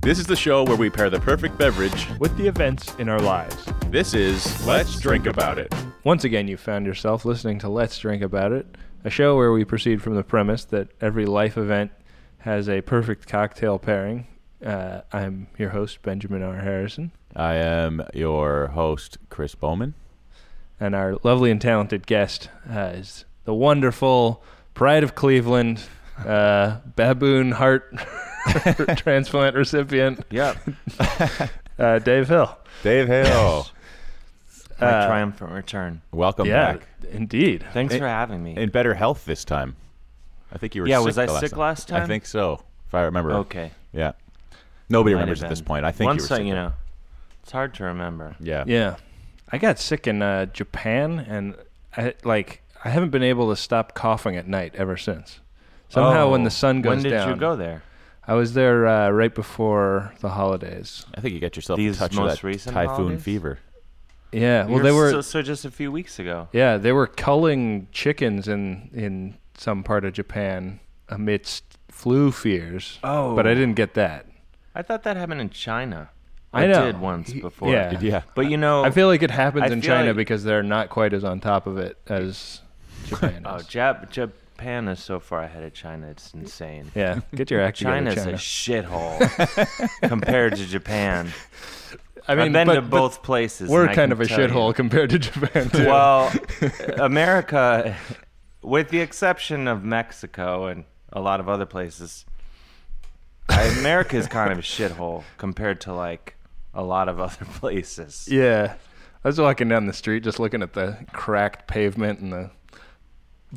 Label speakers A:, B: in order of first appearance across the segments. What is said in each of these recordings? A: This is the show where we pair the perfect beverage.
B: with the events in our lives.
A: This is Let's Drink About It.
B: Once again, you found yourself listening to Let's Drink About It, a show where we proceed from the premise that every life event has a perfect cocktail pairing. Uh, I'm your host, Benjamin R. Harrison,
C: I am your host, Chris Bowman.
B: and our lovely and talented guest uh, is the wonderful Pride of Cleveland, uh, baboon heart transplant recipient,
C: Yep.
B: uh, Dave Hill.
C: Dave Hill.
D: My
B: Uh,
D: triumphant return.
C: Welcome
B: yeah,
C: back.
B: indeed.
D: Thanks
C: it-
D: for having me.
C: In better health this time. I think you were
D: Yeah,
C: sick.
D: was
C: the
D: I sick last
C: I
D: time?
C: think so, if I remember.
D: okay.
C: Yeah. Nobody
D: Might have
C: remembers at this
D: been.
C: point. I think
D: Once
C: you were
D: I-
C: sick.
D: you know, it's hard to remember.
C: Yeah.
B: Yeah, I got sick in uh, Japan, and I like I haven't been able to stop coughing at night ever since. Somehow, when
C: Oh.
B: the sun goes
D: Oh, When did
B: down,
D: you go there?
B: I was there uh, right before the holidays.
C: I think you got yourself
D: These
C: in touch
D: most
C: with that
D: recent
C: typhoon
D: holidays?
C: fever.
B: Yeah, well,
D: You're
B: they were
D: so, so just a few weeks ago.
B: yeah they were culling chickens in in some part of Japan amidst flu fears.
D: Oh.
B: but I didn't get that.
D: I thought that happened in China.
B: I know.
D: did once
B: Y-
D: before.
B: yeah.
C: Yeah.
D: But you know,
B: I feel like it happens
D: Oh. I
B: in
D: feel
B: China
D: like-
B: because they're not quite as on top of it as Japan
D: oh,
B: is.
D: Jap- Japan is so far ahead of China. It's insane.
B: yeah, get your act together,
D: China's
B: China.
D: a shithole compared to Japan.
B: I
D: I
B: mean,
D: have been
B: but-
D: to
B: but-
D: both places.
B: We're
D: and I
B: kind of
D: can
B: a
D: tell you-
B: shithole compared to Japan too.
D: Well, America, with the exception of Mexico and a lot of other places, America is kind of a shithole compared to like a lot of other places.
B: yeah. I was walking down the street just looking at the cracked pavement and the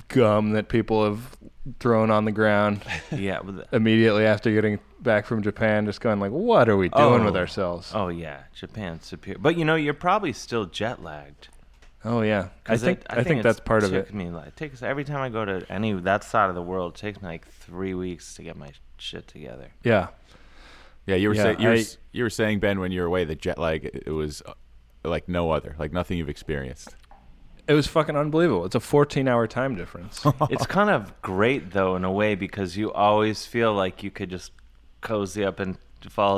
B: gum that people have thrown on the ground
D: Yeah. with-
B: immediately after getting back from Japan, just going like, "What are we doing
D: Oh.
B: with ourselves?"
D: Oh yeah, Japan's superior. But you know, you're probably still jet lagged.
B: Oh yeah, I
D: 'Cause
B: think I, think,
D: it's
B: that's part of
D: took
B: it.
D: Me like, it takes every time I go to any that side of the world, it takes me like three weeks to get my shit together.
B: Yeah,
C: Yeah, you were,
B: Yeah,
C: say, you, were
B: I-
C: s- you were saying, Ben, when you were away, the jet lag, it was uh, like no other, like nothing you've experienced.
B: it was fucking unbelievable. It's a 14-hour time difference.
D: it's kind of great though in a way because you always feel like you could just cozy up and fall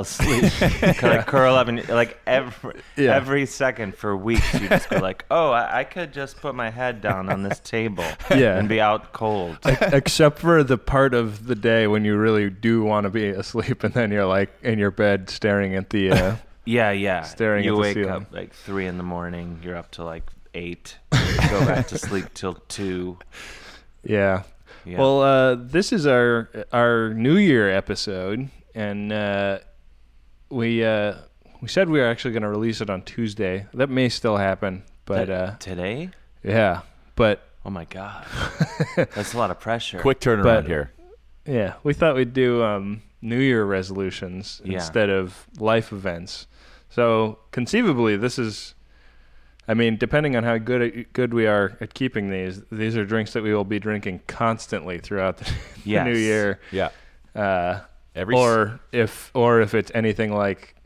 D: asleep, kind of curl up and like every
B: Yeah.
D: every second for weeks you just go like, oh, I, I could just put my head down on this table
B: Yeah.
D: and be out cold.
B: E-, Except for the part of the day when you really do want to be asleep, and then you're like in your bed staring at the uh,
D: Yeah, yeah.
B: Staring
D: you
B: at the
D: wake
B: ceiling.
D: up like three in the morning. You're up to like eight. you go back to sleep till two.
B: Yeah.
D: Yeah.
B: Well, uh, this is our our New Year episode, and uh, we uh, we said we were actually going to release it on Tuesday. That may still happen, but
D: That-
B: uh,
D: today?
B: yeah, but
D: Oh my god, that's a lot of pressure.
C: Quick turnaround
B: But-
C: here.
B: yeah, we thought we'd do um, New Year resolutions
D: Yeah.
B: instead of life events. So conceivably, this is. I mean, depending on how good at, good we are at keeping these, these are drinks that we will be drinking constantly throughout the, the new
D: Yes.
B: year.
C: Yeah.
B: Uh,
C: Every s-
B: or if or if it's anything like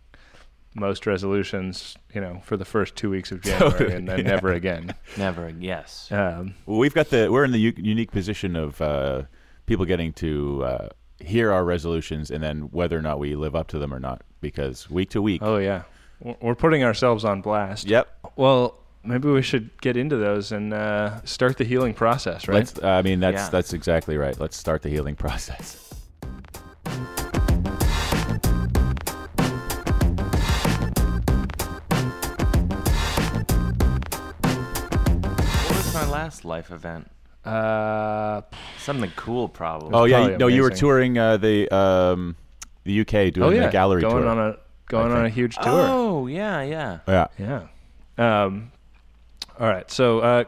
B: most resolutions, you know, for the first two weeks of January and then never again.
D: Never. Yes.
B: Um,
C: Well, we've got the we're in the u- unique position of uh, people getting to uh, hear our resolutions and then whether or not we live up to them or not because week to week.
B: oh yeah, We're- we're putting ourselves on blast.
C: Yep.
B: Well, maybe we should get into those and uh, start the healing process, right?
C: Let's. I mean, that's
D: Yeah.
C: that's exactly right. Let's start the healing process.
D: What was my last life event?
B: uh,
D: Something cool, probably.
C: Oh yeah.
B: probably
C: you- No, you were
B: amazing.
C: touring uh, the um, the UK doing
B: oh yeah,
C: the gallery
B: going
C: tour.
B: on a going on a
C: think.
B: huge tour.
D: Oh, yeah, yeah.
C: yeah.
B: Yeah. Um, all right. So, uh,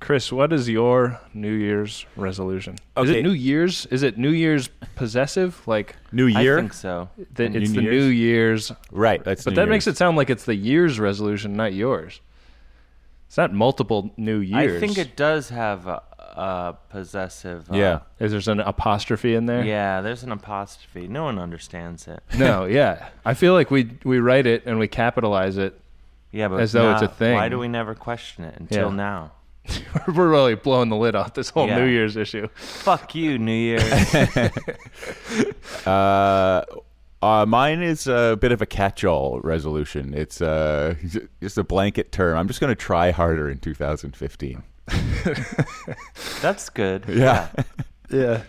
B: Chris, what is your New Year's resolution? Is it
C: Okay.
B: New Year's? Is it New Year's possessive? Like
C: New year.
D: I think so.
B: the,
C: New
B: it's the
C: Year's?
B: New Year's,
C: Right. That's.
B: but that makes it sound like it's the year's resolution, not yours. It's not multiple New Years.
D: I think it does have a, a possessive. Uh,
C: Yeah.
B: is. There's an apostrophe in there.
D: Yeah, there's an apostrophe. No one understands it.
B: No. Yeah. I feel like we we write it and we capitalize it.
D: Yeah, but
B: As though it's a
D: not-
B: thing.
D: Why do we never question it until
B: Yeah.
D: now?
B: We're really blowing the lid off this whole
D: Yeah.
B: New Year's issue.
D: Fuck you, New Year's.
C: Uh, Uh, mine is a bit of a catch-all resolution. It's uh, just a blanket term. I'm just going to try harder in 2015.
D: That's good.
C: Yeah.
B: Yeah.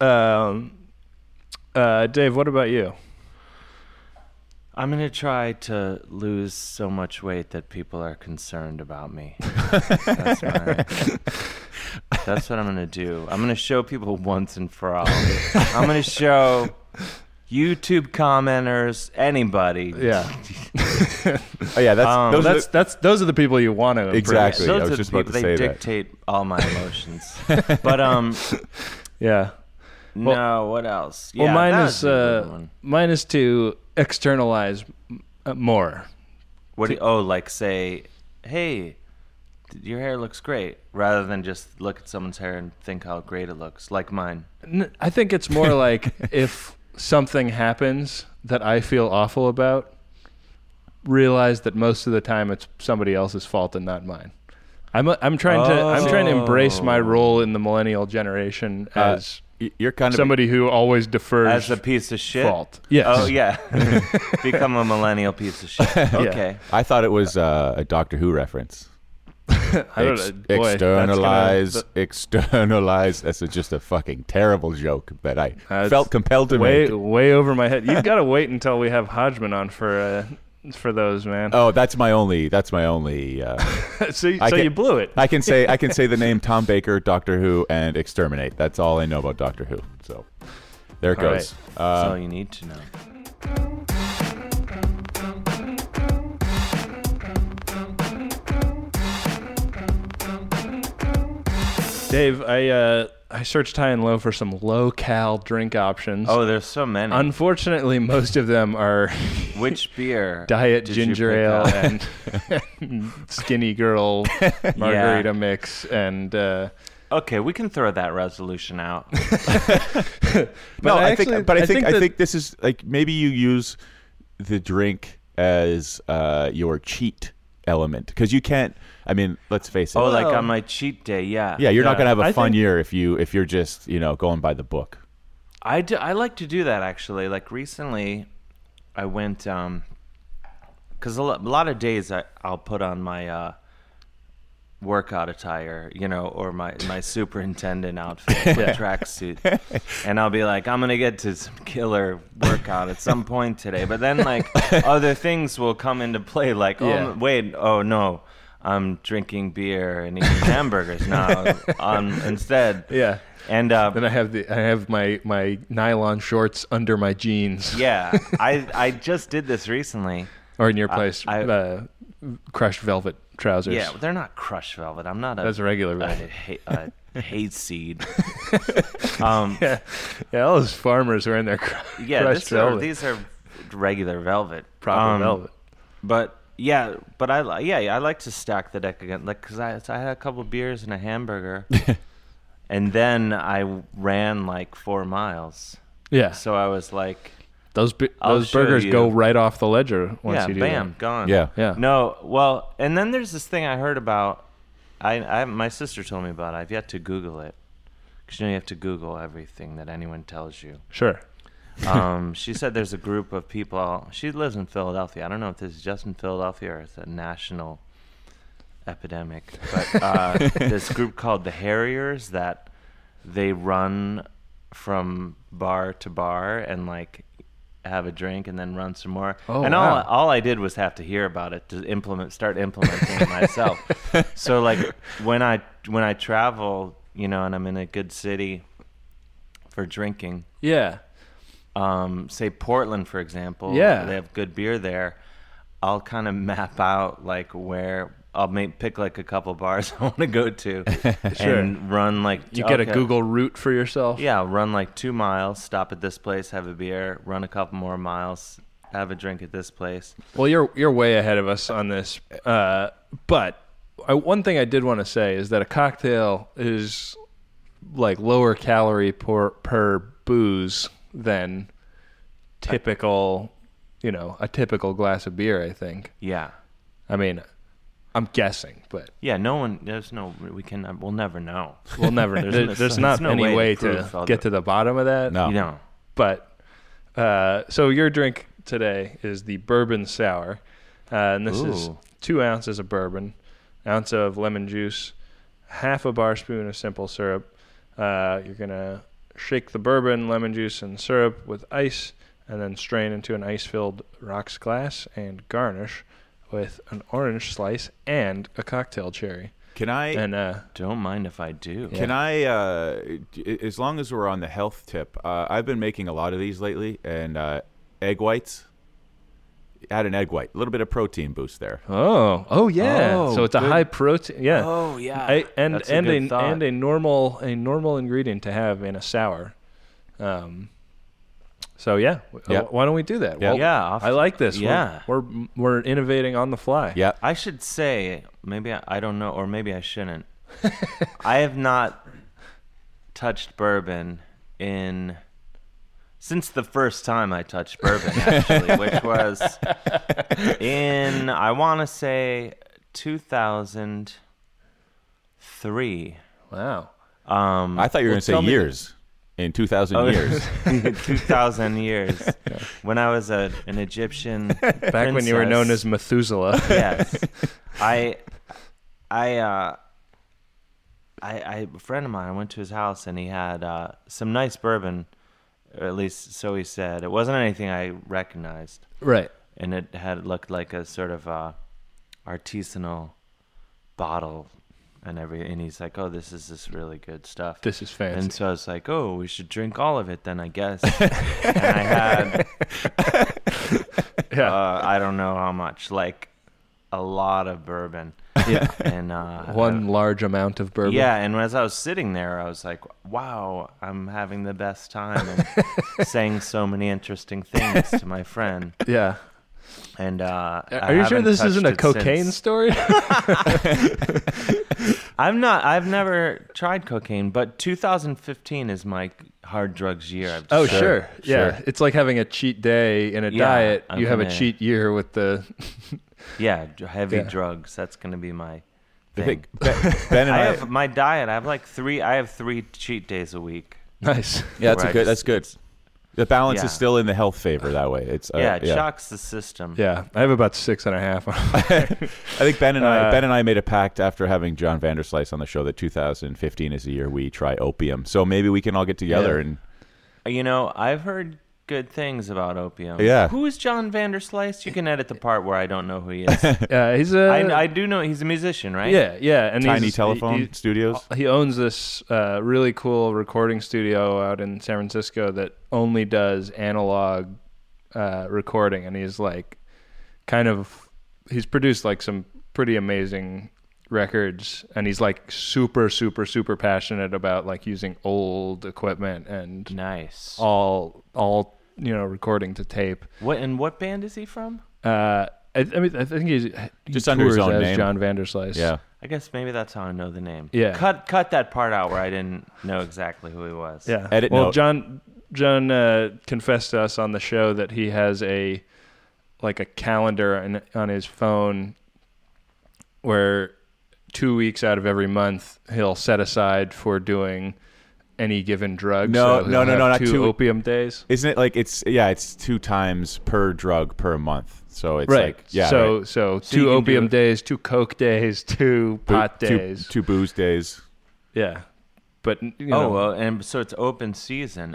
B: Um, uh, Dave, what about you?
D: I'm gonna try to lose so much weight that people are concerned about me. that's, my, that's what I'm gonna do. I'm gonna show people once and for all. I'm gonna show YouTube commenters, anybody.
B: Yeah.
C: oh yeah, that's
D: Um,
C: those are
B: that's
C: the-
B: that's those are the people you want to impress.
C: Exactly. I
D: Those
C: was
D: are the
C: just about
D: people,
C: to
D: they
C: say that.
D: dictate all my emotions. but um,
B: Yeah.
D: no, what else?
B: Well,
D: Yeah,
B: mine
D: that
B: is
D: would be a good
B: uh,
D: one.
B: mine is to externalize m- uh, more.
D: What do you, oh, like say, hey, th- your hair looks great, rather than just look at someone's hair and think how great it looks, like mine.
B: N- I think it's more like if something happens that I feel awful about, realize that most of the time it's somebody else's fault and not mine. I'm a, I'm trying to I'm trying to embrace my
D: Oh.
B: role in the millennial generation
C: Uh,
B: as
C: y- you're kind of
B: somebody who always defers
D: As a piece of shit.
B: fault. Yes.
D: Oh yeah, become a millennial piece of shit. Okay.
C: I thought it was uh, a Doctor Who reference.
B: I
C: Ex-
B: don't know. Boy, that's gonna-
C: externalize,
B: th-
C: externalize. That's a- just a fucking terrible joke that I
B: That's
C: felt compelled to
B: way
C: make.
B: way over my head. You've got to wait until we have Hodgman on for uh, for those, man.
C: Oh, that's my only. That's my only. Uh,
B: so
C: I
B: so
C: get-
B: you blew it.
C: I can say I can say the name Tom Baker, Doctor Who, and exterminate. That's all I know about Doctor Who. So there it
B: All
C: goes.
D: That's
C: Uh,
D: all you need to know.
B: Dave, I uh, I searched high and low for some low cal drink options.
D: Oh, there's so many.
B: Unfortunately, most of them are
D: Which beer?
B: diet
D: did you
B: ginger
D: pick
B: ale
D: up?
B: and, and skinny girl margarita mix, and uh,
D: Okay, we can throw that resolution out.
C: no,
B: but
C: I,
B: actually-
C: think, but I, think, I
B: that-
C: think this is like maybe you use the drink as uh, your cheat element because you can't. I mean, let's face it.
D: Oh, like
B: Well-
D: on my cheat day, yeah.
C: yeah, you're
B: yeah,
C: not gonna have a
B: I
C: fun
B: think-
C: year if you if you're just you know going by the book.
D: I do, I like to do that actually. Like recently, I went um, because a, lo- a lot of days I I'll put on my uh, workout attire, you know, or my my superintendent outfit, my tracksuit, and I'll be like, I'm gonna get to some killer workout at some point today. But then like other things will come into play, like
B: Yeah.
D: oh wait, oh no. I'm drinking beer and eating hamburgers now. um, instead,
B: Yeah.
D: and uh,
B: Then I have the I have my my nylon shorts under my jeans.
D: Yeah, I I just did this recently.
B: Or in your place,
D: I-
B: uh, crushed velvet trousers.
D: Yeah, they're not crushed velvet. I'm not a
B: That's regular
D: a,
B: velvet.
D: ha- a hayseed. um, yeah,
B: yeah, yeah. All those farmers are in their cr- crushed
D: this are,
B: velvet,
D: these are regular velvet,
B: proper
D: Um,
B: velvet.
D: But yeah, but I li- yeah, yeah I like to stack the deck again, like because I I had a couple beers and a hamburger, and then I ran like four miles.
B: Yeah.
D: So I was like,
B: Those bu-
D: I'll
B: those
D: show
B: burgers
D: you.
B: go right off the ledger once
D: yeah,
B: you do
D: bam,
B: them.
D: gone.
C: Yeah.
B: Yeah.
D: No, well, and then there's this thing I heard about. I, I my sister told me about. it. I've yet to Google it because you know you have to Google everything that anyone tells you.
B: Sure.
D: Um, she said there's a group of people. She lives in Philadelphia. I don't know if this is just in Philadelphia or it's a national epidemic, but uh, this group called the Harriers that they run from bar to bar and like have a drink and then run some more.
B: Oh,
D: and
B: wow.
D: all all I did was have to hear about it to implement start implementing it myself. So like when I when I travel, you know, and I'm in a good city for drinking,
B: Yeah.
D: um, say Portland, for example.
B: Yeah.
D: they have good beer there. I'll kind of map out like where I'll make, pick like a couple bars I want to go to,
B: Sure.
D: and run like
B: You get a
D: okay.
B: Google route for yourself.
D: Yeah, I'll run like two miles, stop at this place, have a beer, run a couple more miles, have a drink at this place.
B: Well, you're you're way ahead of us on this. Uh, but I, one thing I did want to say is that a cocktail is like lower calorie per per booze than typical, you know, a typical glass of beer. I think.
D: Yeah,
B: I mean, I'm guessing, but
D: yeah. No one, there's no, we can, we'll never know.
B: we'll never.
D: There's
B: there-
D: no-
B: there's not
D: there's no
B: any
D: way to
B: way
D: prove
B: to
D: all
B: get
D: the-
B: to the bottom of that.
C: No.
D: You know,
B: but Uh, so your drink today is the bourbon sour, uh, and this is
D: Ooh.
B: two ounces of bourbon, ounce of lemon juice, half a bar spoon of simple syrup. Uh, you're gonna shake the bourbon, lemon juice, and syrup with ice, and then strain into an ice-filled rocks glass and garnish with an orange slice and a cocktail cherry.
C: Can I?
B: And uh,
D: Don't mind if I do.
C: Can I, uh, d- as long as we're on the health tip, uh, I've been making a lot of these lately, and uh, egg whites. Add an egg white, a little bit of protein boost there.
B: oh, oh yeah.
D: Oh,
B: so it's a
D: good.
B: high protein. Yeah.
D: Oh yeah.
B: I, and
D: That's a
B: and
D: good
B: a,
D: thought.
B: and a normal a normal ingredient to have in a sour. Um, so yeah, w-
C: Yeah.
B: uh, why don't we do that?
C: Yeah.
D: Yeah, off-
B: I like this. We're-
D: yeah.
B: we're, we're innovating on the fly.
C: Yeah,
D: I should say maybe I, I don't know, or maybe I shouldn't. I have not touched bourbon in since the first time I touched bourbon, actually, which was in I want to say 2003.
B: Wow.
D: Um,
C: I thought you were
B: Well,
C: going to say
B: tell me-
C: years. In two thousand
D: Oh,
C: years,
D: 2000 years when I was a, an Egyptian
B: Back when you were known
D: princess.
B: as Methuselah.
D: yes. I, I, uh, I, I, a friend of mine, I went to his house and he had uh, some nice bourbon, or at least so he said. It wasn't anything I recognized,
B: right.
D: and it had looked like a sort of uh, artisanal bottle, and every. And he's like, "Oh, this is this really good stuff."
B: This is fancy.
D: and so I was like, "Oh, we should drink all of it then, I guess." and I had
B: yeah.
D: uh, I don't know how much, like a lot of bourbon.
B: Yeah.
D: And uh,
B: One large amount of bourbon.
D: Yeah, and as I was sitting there, I was like, "Wow, I'm having the best time," and saying so many interesting things to my friend.
B: Yeah.
D: And uh, I
B: Are you sure
D: haven't
B: this isn't a
D: touched it
B: cocaine
D: since.
B: story?
D: I'm not. I've never tried cocaine, but 2015 is my hard drugs year. I've
B: oh, sure.
D: decided.
B: Yeah. It's like having a cheat day in a
D: Yeah,
B: diet.
D: I'm
B: you have a
D: gonna-
B: cheat year with the.
D: Yeah, d- heavy
B: Yeah.
D: drugs. That's gonna be my
C: I
D: thing.
C: think Ben, Ben and
D: I
C: I.
D: have my diet. I have like three. I have three cheat days a week.
B: nice.
C: yeah, that's
D: Right,
C: a good. That's
D: just-
C: good. The balance
D: yeah.
C: is still in the health favor that way. It's uh,
D: yeah, it shocks the system.
B: Yeah. I have about six and a half on
C: I think Ben and I
B: Uh,
C: Ben and I made a pact after having John Vanderslice on the show that 2015 is the year we try opium. So maybe we can all get together
B: Yeah.
C: and
D: Uh, You know, I've heard good things about opium.
C: Yeah.
D: Who is John Vanderslice? You can edit the part where I don't know who he is. I,
B: Yeah, Uh, he's a
D: I do know he's a musician, right?
B: yeah, yeah, and
C: Tiny
B: he's-
C: Telephone
B: he-
C: Studios.
B: He, he owns this uh, really cool recording studio out in San Francisco that only does analog uh, recording, and he's like, kind of, he's produced like some pretty amazing records, and he's like super, super, super passionate about like using old equipment and
D: Nice.
B: Oh. all all you know recording to tape.
D: What and what band is he from?
B: Uh, I, I mean, I think he's he
C: Just under his
B: tours
C: own
B: as
C: name.
B: John Vanderslice.
C: Yeah.
D: I guess maybe that's how I know the name.
B: Yeah.
D: Cut cut that part out where I didn't know exactly who he was.
B: Yeah.
C: Edit
B: well,
C: note.
B: John John uh, confessed to us on the show that he has a like a calendar on, on his phone where two weeks out of every month he'll set aside for doing any given drug.
C: No,
B: So he'll
C: no, no,
B: have
C: no, not
B: two,
C: two-
B: opium days.
C: Isn't it like it's yeah, it's two times per drug per month. So it's
B: right.
C: like yeah.
B: so,
C: right.
B: so
D: you
B: two
D: can do
B: opium
D: it.
B: days, two coke days, two
C: Boo-
B: pot
C: two-
B: days.
C: Two booze days.
B: Yeah. But you know,
D: Oh well, and so it's open season.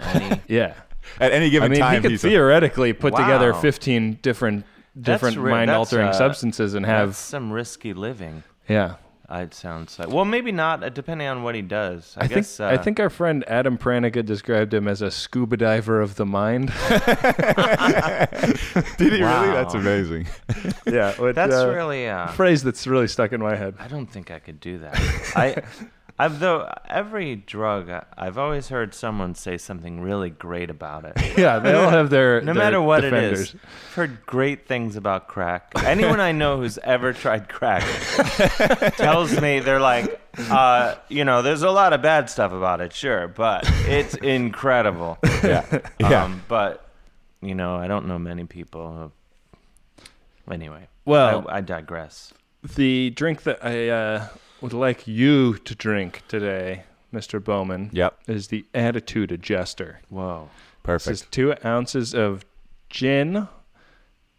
D: And he,
B: yeah.
C: At any
B: I
C: given
B: mean, he
C: time
B: could
C: he's a-
B: theoretically put together
D: Wow.
B: 15 different different
D: re-
B: mind altering
D: that's, uh,
B: substances and
D: that's
B: have
D: some risky living.
B: yeah.
D: It sounds like. Well, maybe not. uh, Depending on what he does. I,
B: I,
D: guess.
B: think
D: uh,
B: I think our friend Adam Pranica described him as a scuba diver of the mind.
C: Did he
D: Wow.
C: really? That's amazing.
B: yeah,
D: that's really. Uh,
B: phrase that's really stuck in my head.
D: I don't think I could do that. I, I've though every drug I- I've always heard someone say something really great about it,
B: Yeah, they all have their
D: no
B: their
D: matter what
B: defenders.
D: it is. I've heard great things about crack. Anyone I know who's ever tried crack tells me they're like, uh, you know, there's a lot of bad stuff about it, sure, but it's incredible.
C: Yeah. Yeah.
D: Um, but you know, I don't know many people. Who, anyway,
B: Well-
D: I, I digress.
B: The drink that I uh, would like you to drink today Mr. Bowman,
C: Yep.
B: is the attitude adjuster.
D: Whoa.
B: This is
C: Perfect.
B: two ounces of gin.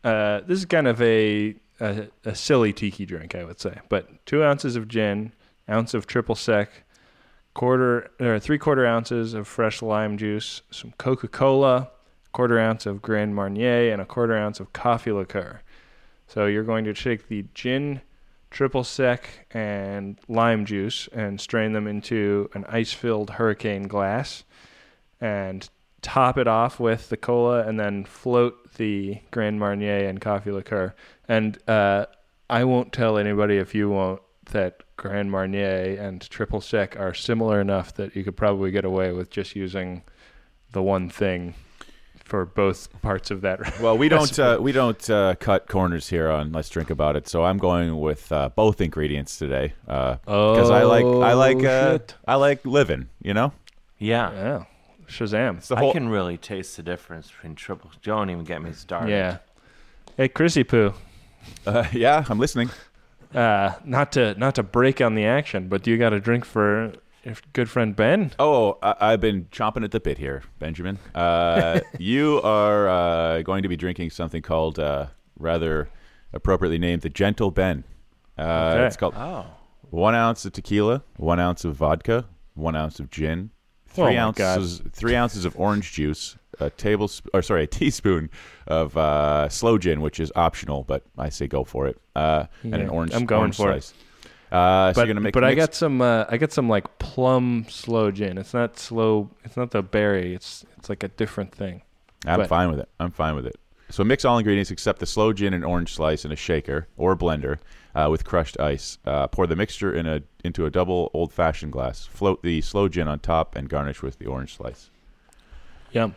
B: Uh, this is kind of a, a a silly tiki drink, I would say, but two ounces of gin, ounce of triple sec, quarter or three quarter ounces of fresh lime juice, some Coca Cola, quarter ounce of Grand Marnier, and a quarter ounce of coffee liqueur. So you're going to take the gin, triple sec, and lime juice and strain them into an ice filled hurricane glass and top it off with the cola and then float the Grand Marnier and coffee liqueur. And uh, I won't tell anybody if you won't that Grand Marnier and triple sec are similar enough that you could probably get away with just using the one thing for both parts of that.
C: Well, we don't
B: recipe.
C: uh, we don't uh, cut corners here on Let's Drink About It. So I'm going with uh, both ingredients today because I like I like
B: Oh,
C: uh,
B: shit.
C: I like living. You know,
D: Yeah.
B: yeah, Shazam.
C: it's the
D: I
C: whole.
D: can really taste the difference between triple. Don't even get me started.
B: Yeah. Hey, Chrissy Poo.
C: Uh, yeah, I'm listening.
B: Uh, not to not to break on the action, but do you got a drink for your good friend Ben?
C: Oh, I- I've been chomping at the bit here, Benjamin. Uh, you are uh, going to be drinking something called, uh, rather appropriately named, the Gentle Ben. Uh,
B: Okay. Ah.
C: It's called
D: Oh.
C: one ounce of tequila, one ounce of vodka, one ounce of gin,
B: Oh
C: three
B: my God.
C: ounces three ounces of orange juice, a tablespoon or sorry, a teaspoon of uh, slow gin, which is optional, but I say go for it. Uh, And
B: Yeah,
C: an orange,
B: I'm going
C: orange
B: for it.
C: slice. Uh, so
B: but
C: you're gonna make.
B: but I
C: mix-
B: got some uh, I got some like plum slow gin. It's not slow. It's not the berry. It's it's like a different thing.
C: I'm
B: But-
C: fine with it. I'm fine with it. So mix all ingredients except the slow gin and orange slice in a shaker or blender uh, with crushed ice. Uh, pour the mixture in a into a double old fashioned glass. Float the slow gin on top and garnish with the orange slice.
B: Yum.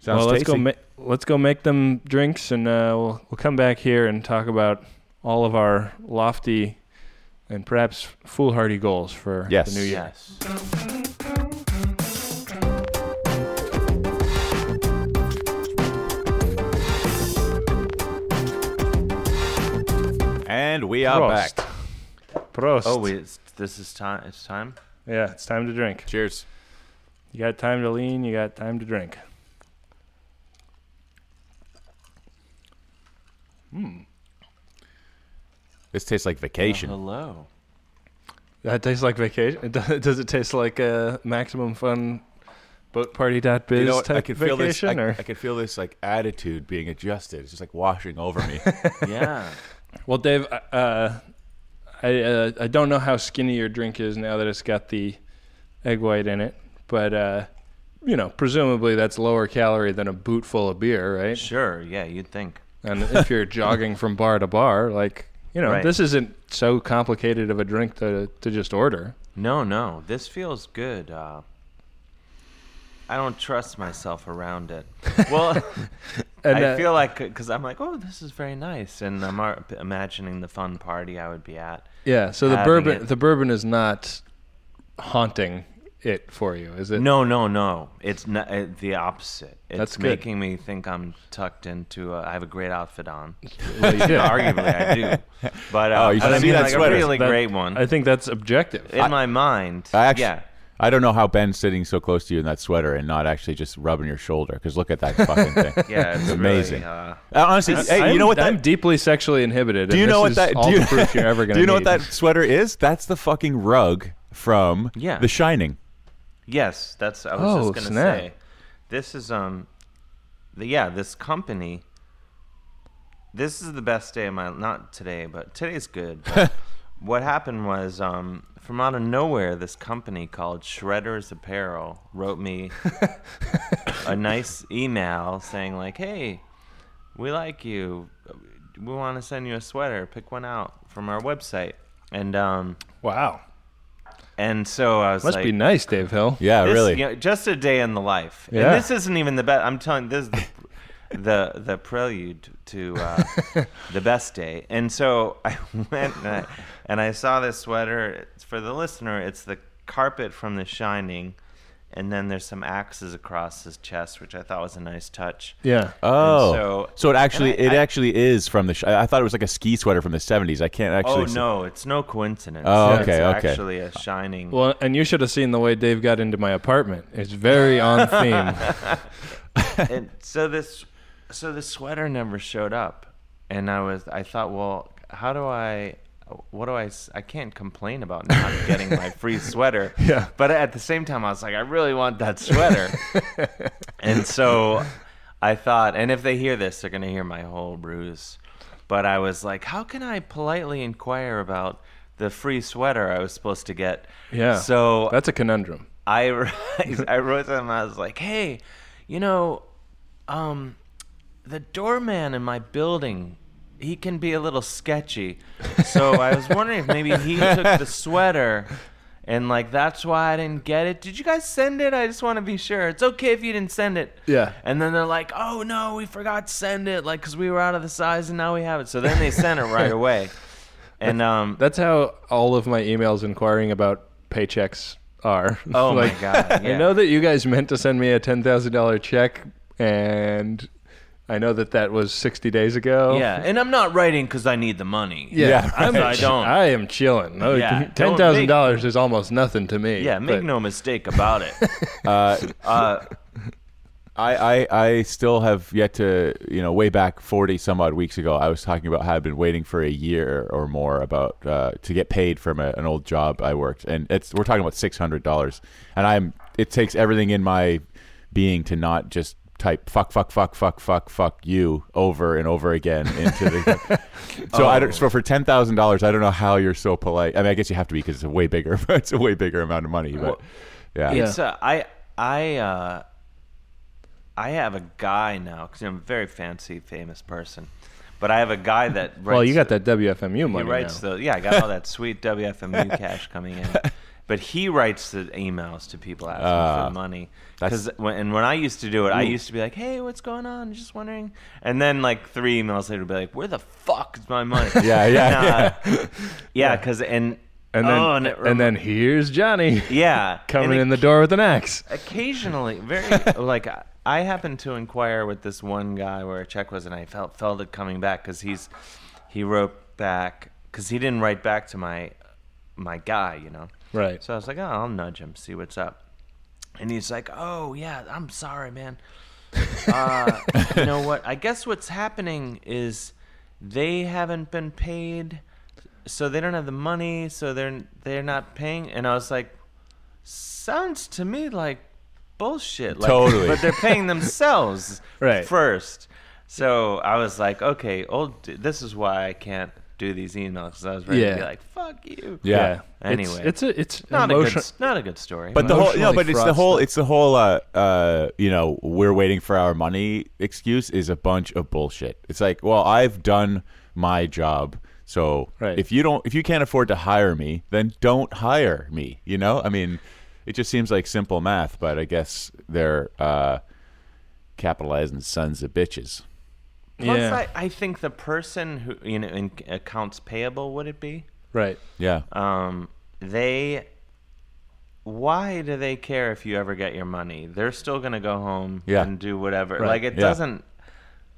C: Sounds
B: well, let's
C: tasty.
B: go. Ma- let's go make them drinks, and uh, we'll we'll come back here and talk about all of our lofty and perhaps foolhardy goals for
C: Yes.
B: the new year.
D: Yes.
C: and we are
B: Prost.
C: back.
B: Prost.
D: Oh, wait. It's, this is time. It's time. Oh,
B: Yeah, it's time to drink.
C: Cheers.
B: You got time to lean. You got time to drink.
C: This tastes like
D: Oh,
C: vacation.
B: Uh-huh.
D: hello.
B: That tastes like vacation. It does, does it taste like a maximum fun boat party dot biz
C: You know what?
B: type
C: I can feel this.
B: vacation?
C: I,
B: or?
C: I can feel this like attitude being adjusted. It's just like washing over me.
D: Yeah.
B: Well, Dave, I- uh, I uh, I don't know how skinny your drink is now that it's got the egg white in it, but uh, you know, presumably that's lower calorie than a boot full of beer, right?
D: sure. Yeah. You'd think.
B: And if you're jogging from bar to bar, like you know,
D: Right.
B: this isn't so complicated of a drink to to just order.
D: No, no. This feels good. Uh, I don't trust myself around it. Well,
B: And,
D: I
B: uh,
D: feel like because I'm like, oh, this is very nice, and I'm ar- imagining the fun party I would be at.
B: Yeah. So the
D: having
B: bourbon,
D: it.
B: the bourbon is not haunting it for you, is it?
D: No, no, no. It's not, uh, the opposite. It's
B: That's good.
D: making me think I'm tucked into. A, I have a great outfit on.
B: Well, you did.
D: Arguably, I do. But uh,
C: Oh, you
D: but I
C: should see
D: mean,
C: that
D: like
C: sweater.
D: a really
B: That-
D: great one.
B: I think that's objective.
D: In my mind,
C: I actually,
D: yeah.
C: I don't know how Ben's sitting so close to you in that sweater and not actually just rubbing your shoulder. Because look at that fucking thing.
D: Yeah, it's really,
C: amazing.
D: uh,
C: Uh, honestly,
D: This-
C: hey, you know what
B: I'm
C: that?
B: deeply sexually inhibited.
C: Do you know what that? Do
B: All
C: you,
B: the proof you're ever going to
C: do you know what that sweater is? That's the fucking rug from
D: Yeah.
C: The Shining.
D: Yes, that's I was
B: Oh,
D: just gonna
B: snap.
D: say. This is um, the, yeah, this company. This is the best day of my not today, but today's good. But what happened was um, from out of nowhere, this company called Shredders Apparel wrote me a nice email saying like, "Hey, we like you. We want to send you a sweater. Pick one out from our website." And um,
B: Wow,
D: and so I was
B: must
D: like,
B: be nice, Dave Hill.
C: Yeah,
D: this,
C: Oh, really.
D: you know, just a day in the life.
B: Yeah.
D: And this isn't even the best. I'm telling this is the the, the prelude to uh, the best day. And so I went and I, and I saw this sweater. It's- For the listener, it's the carpet from The Shining, and then there's some axes across his chest, which I thought was a nice touch.
B: Yeah.
C: Oh, so,
D: so-
C: it actually
D: and I-
C: it
D: I-
C: actually is from the. Sh- I I thought it was like a ski sweater from the seventies. I can't actually.
D: oh
C: s-
D: no, it's no coincidence.
C: Oh,
D: It's
C: okay, okay.
D: Actually, a shining.
B: Well, and you should have seen the way Dave got into my apartment. It's very on theme.
D: and so this so the sweater never showed up and i was i thought well how do i what do i s- i can't complain about not getting my free sweater
B: Yeah.
D: but at the same time i was like i really want that sweater and so i thought and if they hear this they're going to hear my whole bruise but i was like how can i politely inquire about the free sweater i was supposed to get
B: Yeah.
D: so
B: That's a conundrum.
D: I I wrote to them. I was like, "Hey, you know, um, the doorman in my building, he can be a little sketchy. So I was wondering if maybe he took the sweater, and like that's why I didn't get it. Did you guys send it? I just want to be sure. It's okay if you didn't send it.
B: Yeah.
D: And then they're like, "Oh no, we forgot to send it. Like, cause we were out of the size, and now we have it. So then they sent it right away. And um,
B: That's how all of my emails inquiring about paychecks are.
D: oh
B: Like,
D: my god,
B: I
D: yeah.
B: know that you guys meant to send me a ten thousand dollar check, and I know that that was sixty days ago.
D: Yeah, and I'm not writing because I need the money.
B: yeah. I'm
D: So I
B: ch-
D: don't.
B: I am chilling. No,
D: Yeah,
B: ten
D: don't
B: thousand dollars is almost nothing to me.
D: Yeah, make
B: but-
D: no mistake about it.
C: Uh,
D: Uh,
C: I, I I still have yet to you know way back forty some odd weeks ago I was talking about how I've been waiting for a year or more about uh, to get paid from a, an old job I worked and it's we're talking about six hundred dollars and I'm it takes everything in my being to not just type fuck fuck fuck fuck fuck fuck you over and over again into the so I don't so for ten thousand dollars I don't know how you're so polite I mean I guess you have to be because it's a way bigger it's a way bigger amount of money but
D: Well,
C: yeah
D: it's uh, I I uh, I have a guy now because I'm a very fancy, famous person, but I have a guy that writes,
B: Well, you got that WFMU
D: he
B: money
D: writes
B: now.
D: the yeah I got all that sweet WFMU cash coming in, but he writes the emails to people asking
C: Ah.
D: for money.
C: That's-
D: Because when, and when I used to do it, I used to be like, "Hey, what's going on? Just wondering," and then like three emails later, I'd be like, "Where the fuck is my money?"
C: Yeah, yeah,
D: and, uh, yeah. Because and
B: and then
D: oh, it
B: and, then here's Johnny
D: Yeah,
B: coming
D: and
B: in the door with an axe.
D: Occasionally, very like I- I happened to inquire with this one guy where a check was, and I felt felt it coming back because he's he wrote back because he didn't write back to my my guy, you know.
B: Right.
D: So I was like, oh, I'll nudge him, see what's up. And he's like, oh, yeah, I'm sorry, man. Uh, you know what? I guess what's happening is they haven't been paid, so they don't have the money, so they're they're not paying. And I was like, sounds to me like bullshit. Like,
C: Totally.
D: But they're paying themselves
B: Right.
D: first. So I was like, okay, old. d- This is why I can't do these emails. 'cause I was ready
B: Yeah.
D: to be like, fuck you.
C: Yeah.
B: It's-
D: Anyway.
B: it's, a it's
D: Not a good,
B: emotion.
D: s- not a good story.
C: But the whole no,
B: emotionally
C: but it's the
B: fraught
C: whole
B: stuff.
C: it's the whole uh uh you know we're waiting for our money excuse is a bunch of bullshit. It's like well I've done my job, so
B: Right.
C: if you don't if you can't afford to hire me, then don't hire me. You know, I mean, it just seems like simple math, but I guess they're uh capitalizing sons of bitches.
D: Plus,
B: yeah.
D: I, I think the person who you know in accounts payable would it be?
B: right.
C: Yeah,
D: Um, they. Why do they care if you ever get your money? They're still gonna go home
C: Yeah.
D: and do whatever.
B: Right.
D: Like it
C: Yeah.
D: doesn't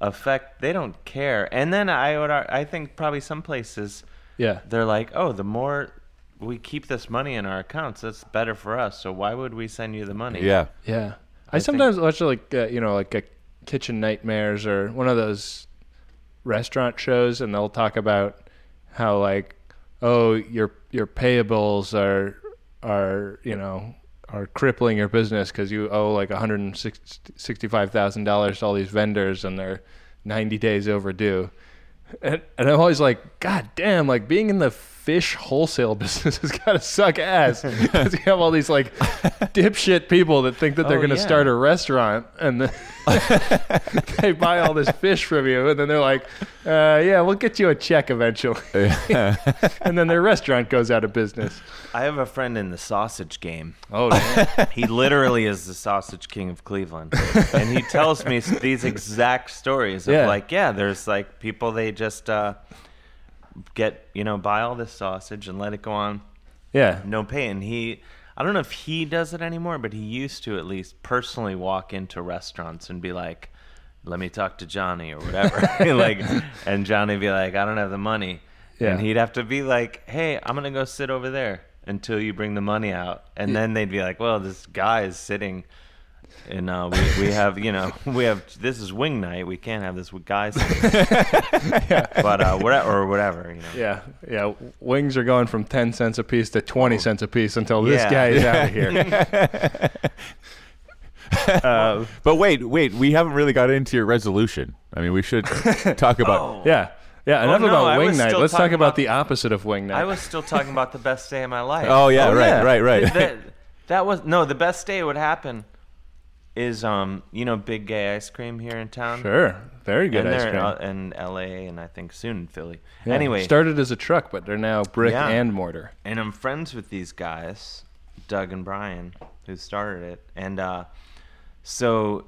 D: affect. They don't care. And then I would. ar- I think probably some places
B: Yeah.
D: they're like, oh, the more we keep this money in our accounts, that's better for us. So why would we send you the money?
C: yeah,
B: Yeah, I,
D: think-
B: sometimes watch like uh, you know like a Kitchen Nightmares or one of those restaurant shows, and they'll talk about how like oh your your payables are are you know are crippling your business because you owe like one hundred and sixty-five thousand dollars to all these vendors, and they're ninety days overdue. And, and I'm always like, God damn! Like being in the fish wholesale business has got to suck ass 'Cause you have all these like dipshit people that think that they're
D: Oh,
B: going to
D: yeah.
B: start a restaurant and then they buy all this fish from you, and then they're like, uh, "Yeah, we'll get you a check eventually," and then their restaurant goes out of business.
D: I have a friend in the sausage game.
B: Oh, damn.
D: He literally is the sausage king of Cleveland. And he tells me s- these exact stories of
B: Yeah.
D: like, yeah, there's like people they just uh, get, you know, buy all this sausage and let it go on,
B: yeah,
D: no pay. And he, I don't know if he does it anymore, but he used to at least personally walk into restaurants and be like, "Let me talk to Johnny" or whatever. like, and Johnny be like, "I don't have the money,"
B: Yeah.
D: and he'd have to be like, "Hey, I'm gonna go sit over there until you bring the money out," and then they'd be like, "Well, this guy is sitting." And uh, we, we have, you know, we have, this is wing night. We can't have this with guys. But, uh, whatever, or whatever, you know.
B: Yeah, yeah. Wings are going from ten cents a piece to twenty cents a piece until this
D: Oh. Yeah.
B: guy is out of here.
C: But wait, wait, we haven't really got into your resolution. I mean, we should talk about.
D: Oh.
B: yeah, yeah. Enough
D: no, I
B: about wing
D: was
B: night.
D: still
B: Let's talk
D: talking
B: about
D: about-
B: the opposite of wing night.
D: I was still talking about the best day of my life.
C: Oh, yeah, right,
B: yeah.
C: right, right,
D: Th- that, that was no the best day would happen is um you know big gay ice cream here in town
B: sure, very good
D: and
B: ice
D: they're
B: cream.
D: In, L- in la and i think soon in philly
B: Yeah.
D: anyway
B: started as a truck, but they're now brick
D: Yeah.
B: and mortar.
D: and i'm friends with these guys doug and brian who started it and uh so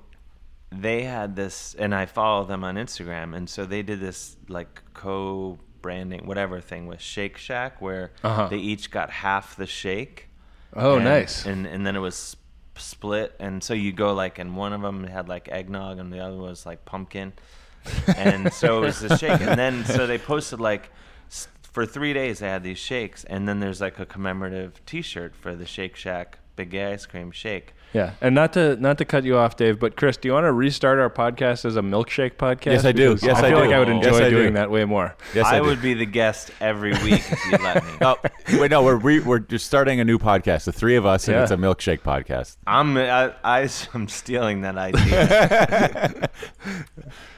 D: they had this and i follow them on instagram and so they did this like co branding whatever thing with shake shack where
B: Uh-huh.
D: they each got half the shake
B: Oh,
D: and-
B: nice.
D: And and then it was sp- split, and so you go like, and one of them had like eggnog, and the other was like pumpkin, and so it was the shake. And then so they posted like, s- for three days they had these shakes, and then there's like a commemorative T-shirt for the Shake Shack Big Gay Ice Cream Shake.
B: yeah, and not to not to cut you off, Dave, but Chris, do you want to restart our podcast as a milkshake podcast?
C: Yes, I do.
B: Because
C: Yes,
B: I
C: I
B: feel
C: do.
B: like I would
C: Yes,
B: enjoy
C: I do.
B: doing that way more.
C: Yes,
D: I,
C: I, do.
D: would be the guest every week if you let me.
C: Oh, wait, no, we're re- we're just starting a new podcast, the three of us, and
B: Yeah.
C: it's a milkshake podcast.
D: I'm I, I, am stealing that idea.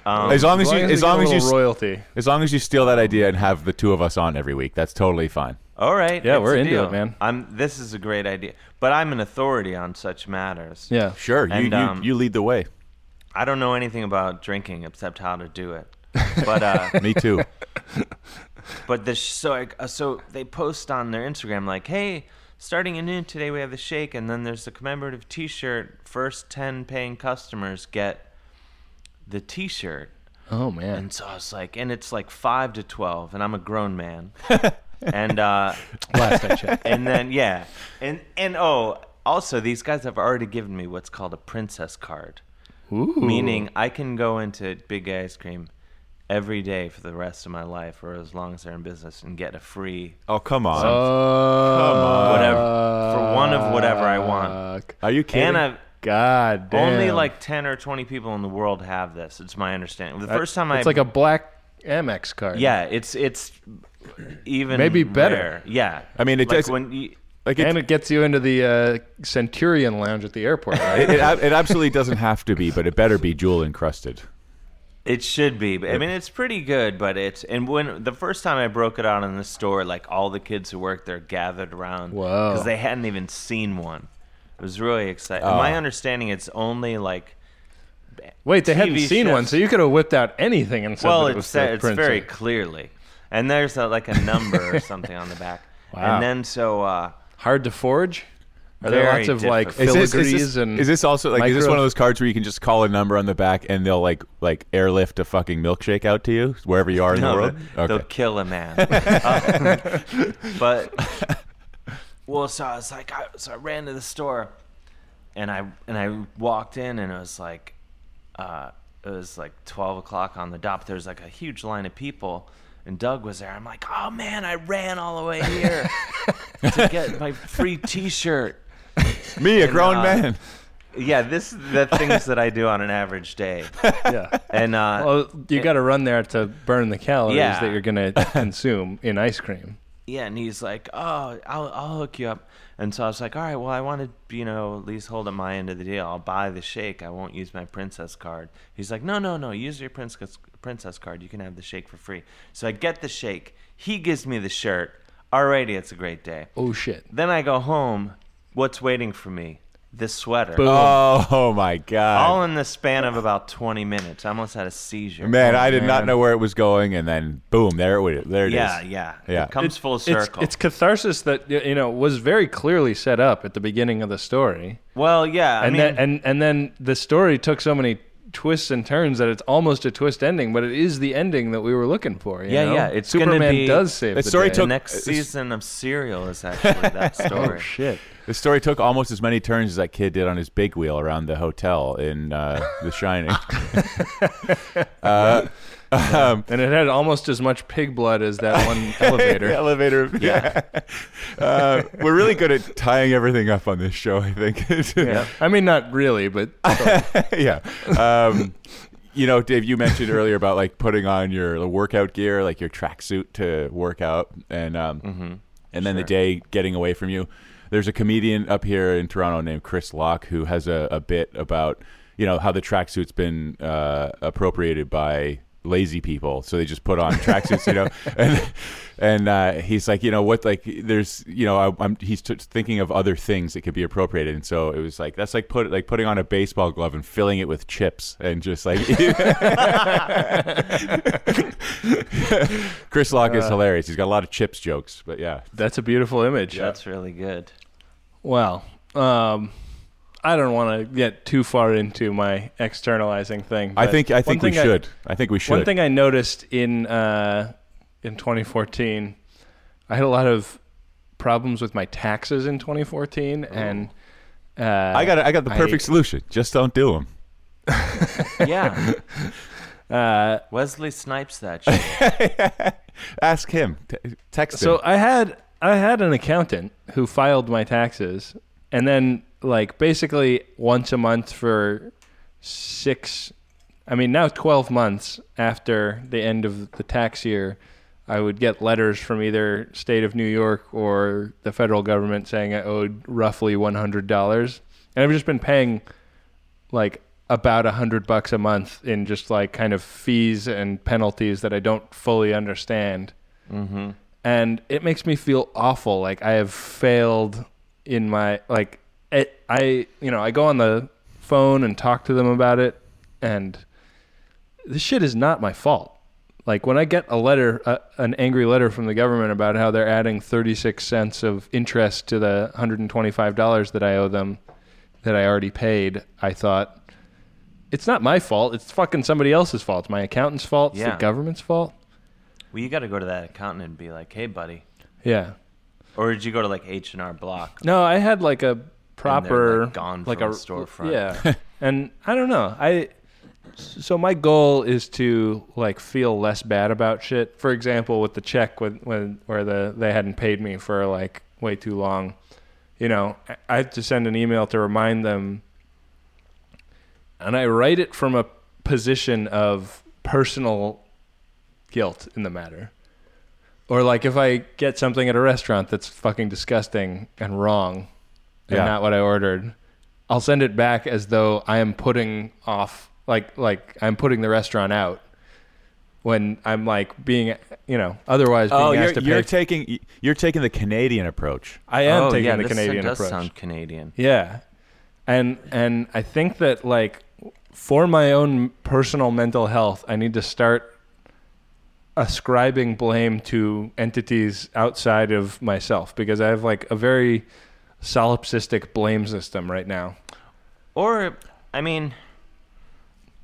D: um,
C: As long Oh, as,
B: long
C: you,
B: we
C: as
B: get a
C: long as you,
B: little royalty.
C: as long as you steal that idea and have the two of us on every week, that's totally fine.
D: All right.
B: Yeah,
D: it's
B: we're
D: a
B: into it,
D: deal.
B: man.
D: I'm. This is a great idea, but I'm an authority on such matters.
B: Yeah,
C: Sure, you
D: And,
C: you,
D: um,
C: you lead the way.
D: I don't know anything about drinking except how to do it. But uh,
C: Me too.
D: but the sh- so I, uh, so they post on their Instagram like, hey, starting at noon today we have the shake, and then there's the commemorative T-shirt. First ten paying customers get the T-shirt.
B: Oh man.
D: And so I was like, and it's like five to twelve, and I'm a grown man. and uh,
B: Last I checked.
D: and then yeah, and and oh, also these guys have already given me what's called a princess card, meaning I can go into Big Gay Ice Cream every day for the rest of my life, or as long as they're in business, and get a free
C: Oh come on! uh,
B: Oh,
D: whatever for one of whatever I want.
C: Are you kidding?
D: And I've
B: God Uh, damn.
D: only like ten or twenty people in the world have this. It's my understanding. The first time I
B: It's like a black MX card.
D: yeah, it's it's even
B: Maybe better.
D: rare. Yeah,
C: I mean, it
D: like
C: does-
D: when you.
C: like it,
B: And it gets you into the uh, Centurion Lounge at the airport, right?
C: it, it, ab- it absolutely doesn't have to be, but it better be jewel encrusted.
D: It should be. But, I mean, it's pretty good, but it's and when the first time I broke it out in the store, like all the kids who worked there gathered around
B: Whoa.
D: because they hadn't even seen one. It was really exciting.
C: Oh.
D: My understanding, it's only like
B: Wait, they hadn't
D: TV
B: seen one,
D: chefs.
B: so you could have whipped out anything and said
D: well,
B: that it
D: it's
B: was
D: sa-
B: the
D: it's
B: Prince
D: very
B: of-
D: clearly, and there's a, like a number or something on the back,
B: Wow.
D: and then so uh,
B: hard to forge. Are there
D: Very
B: lots of like
D: difficult.
C: Is
B: filigrees
C: this, is, this,
B: and
C: is this also like is this
B: micro-
C: one of those cards where you can just call a number on the back and they'll like like airlift a fucking milkshake out to you wherever you are in the
D: No,
C: world?
D: they'll- They'll kill a man. Uh, but well, so I was like, I, so I ran to the store, and I and I walked in, and it was like, uh, it was like twelve o'clock on the dot. but There was like a huge line of people, and Doug was there. I'm like, oh man, I ran all the way here to get my free T-shirt.
C: Me, a grown
D: uh,
C: man.
D: Yeah, this is the things that I do on an average day,
B: yeah.
D: and uh,
B: Well, you got to run there to burn the calories
D: Yeah.
B: that you're gonna consume in ice cream.
D: Yeah, and he's like, "Oh, I'll I'll hook you up." And so I was like, "All right, well, I want to, you know, at least hold up my end of the deal. I'll buy the shake. I won't use my princess card." He's like, "No, no, no. Use your princess princess card. You can have the shake for free." So I get the shake. He gives me the shirt. Already, it's a great day.
B: Oh shit!
D: Then I go home. What's waiting for me? This sweater.
B: Boom.
C: Oh, oh my god,
D: All in the span of about 20 minutes. I almost had a seizure. Oh,
C: man! I did not
B: man.
C: know where it was going, and then boom, there it was. There it is.
D: yeah, yeah,
C: Yeah.
D: It comes full
B: It's,
D: circle.
B: it's catharsis that y- you know was very clearly set up at the beginning of the story,
D: well, yeah. I
B: and
D: mean,
B: then and and then the story took so many twists and turns that it's almost a twist ending, but it is the ending that we were looking for. you
D: Yeah,
B: know?
D: yeah, it's gonna
B: Superman
D: be-
B: does save
C: That
B: the
C: story
B: day.
D: The
C: took-
D: next
C: it's-
D: season of Serial is actually that
B: uh, Oh
D: story.
B: shit!
C: The story took almost as many turns as that kid did on his big wheel around the hotel in uh, The Shining. uh, um,
B: And it had almost as much pig blood as that one elevator.
C: elevator. Yeah. uh, we're really good at tying everything up on this show, I think.
B: Yeah. I mean, not really, but
C: yeah. Um, you know, Dave, you mentioned earlier about like putting on your workout gear, like your tracksuit to work out, and um, and then the day getting away from you. There's a comedian up here in Toronto named Chris Locke who has a, a bit about you know how the tracksuit's been uh, appropriated by lazy people, so they just put on tracksuits, you know, and and uh, he's like, you know, what like there's you know I, I'm he's t- thinking of other things that could be appropriated, and so it was like that's like put like putting on a baseball glove and filling it with chips and just like Chris Locke is hilarious. He's got a lot of chips jokes, but yeah.
B: that's a beautiful image.
D: That's really good.
B: Well, um, I don't want to get too far into my externalizing thing.
C: I
B: but
C: think I
B: one
C: think we
B: thing
C: should. I think we should.
B: One thing I noticed in uh, in 2014, I had a lot of problems with my taxes in 2014, and uh,
C: I got I got the
B: I-
C: perfect solution. Just don't do them.
D: Yeah.
B: Uh,
D: Wesley Snipes that shit.
C: Ask him. T- text
B: so
C: him.
B: I had I had an accountant who filed my taxes, and then like basically once a month for six, I mean now twelve months after the end of the tax year, I would get letters from either state of New York or the federal government saying I owed roughly one hundred dollars, and I've just been paying like about a hundred bucks a month in just like kind of fees and penalties that I don't fully understand
D: Mm-hmm.
B: and it makes me feel awful like i have failed in my like it, i you know i go on the phone and talk to them about it and this shit is not my fault like when i get a letter uh, an angry letter from the government about how they're adding 36 cents of interest to the $125 that i owe them that i already paid i thought it's not my fault it's fucking somebody else's fault it's my accountant's fault it's
D: Yeah.
B: the government's fault
D: Well, you got to go to that accountant and be like, "Hey, buddy,"
B: yeah
D: or did you go to like H and R Block?
B: No, I had like a proper
D: like, gone
B: like
D: from
B: a
D: the storefront.
B: Yeah, and I don't know. I so my goal is to like feel less bad about shit. For example, with the check when when where the they hadn't paid me for like way too long, you know, I- I have to send an email to remind them, and I write it from a position of personal guilt in the matter. Or like if I get something at a restaurant that's fucking disgusting and wrong and
C: Yeah.
B: not what I ordered, I'll send it back as though I am putting off like like I'm putting the restaurant out when I'm like being you know otherwise being
C: oh,
B: asked
C: you're,
B: to pay.
C: you're taking you're taking the Canadian approach.
B: I am
D: oh,
B: taking
D: yeah,
B: the
D: this
B: Canadian
D: does
B: approach.
D: sound Canadian.
B: Yeah. And and I think that like for my own personal mental health, I need to start ascribing blame to entities outside of myself because I have like a very solipsistic blame system right now.
D: Or, I mean,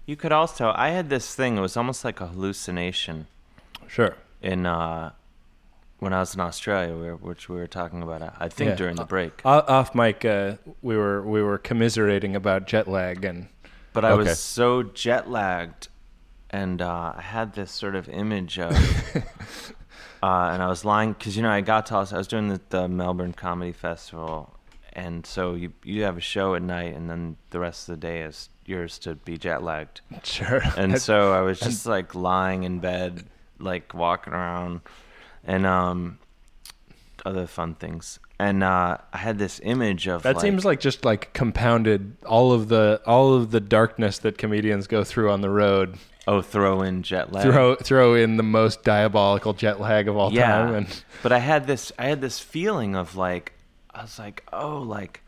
D: you could also. I had this thing. It was almost like a hallucination
B: Sure.
D: in uh, when I was in Australia, we were- which we were talking about. I- I think
B: Yeah.
D: during the break,
B: O- off mic, uh, we were we were commiserating about jet lag and
D: but I
C: okay.
D: was so jet lagged, and uh, I had this sort of image of. Uh, and I was lying because you know I got to I was doing the, the Melbourne Comedy Festival, and so you you have a show at night, and then the rest of the day is yours to be jet lagged.
B: sure.
D: and so I was just like lying in bed, like walking around, and um, other fun things. And uh, I had this image of
B: That
D: like,
B: seems like just like compounded all of the all of the darkness that comedians go through on the road
D: oh, throw in jet lag.
B: throw throw in the most diabolical jet lag of all time and
D: but I had this I had this feeling of like I was like oh like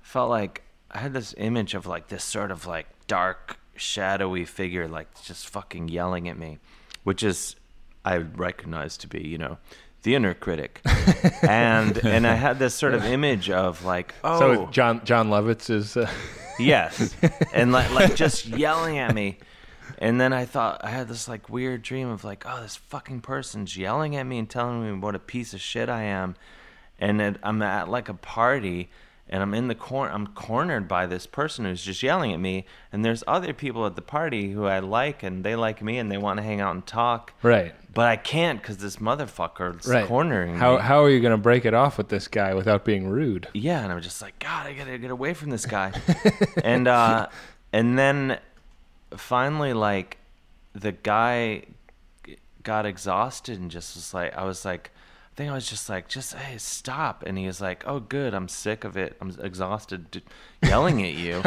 D: felt like I had this image of like this sort of like dark shadowy figure like just fucking yelling at me which is I recognize to be you know the inner critic and and I had this sort of image of like oh
B: so John John Lovitz is uh,
D: Yes. and like, like just yelling at me. And then I thought I had this like weird dream of like, oh, this fucking person's yelling at me and telling me what a piece of shit I am. And then I'm at like a party and I'm in the corner I'm cornered by this person who's just yelling at me and there's other people at the party who I like and they like me and they want to hang out and talk.
B: Right.
D: But I can't cuz this motherfucker is
B: Right.
D: cornering
B: How
D: me.
B: how are you going to break it off with this guy without being rude?
D: yeah and i'm just like god i gotta get away from this guy and uh and then finally like the guy g- got exhausted and just was like i was like i think i was just like just hey stop and he was like oh good i'm sick of it i'm exhausted d- yelling at you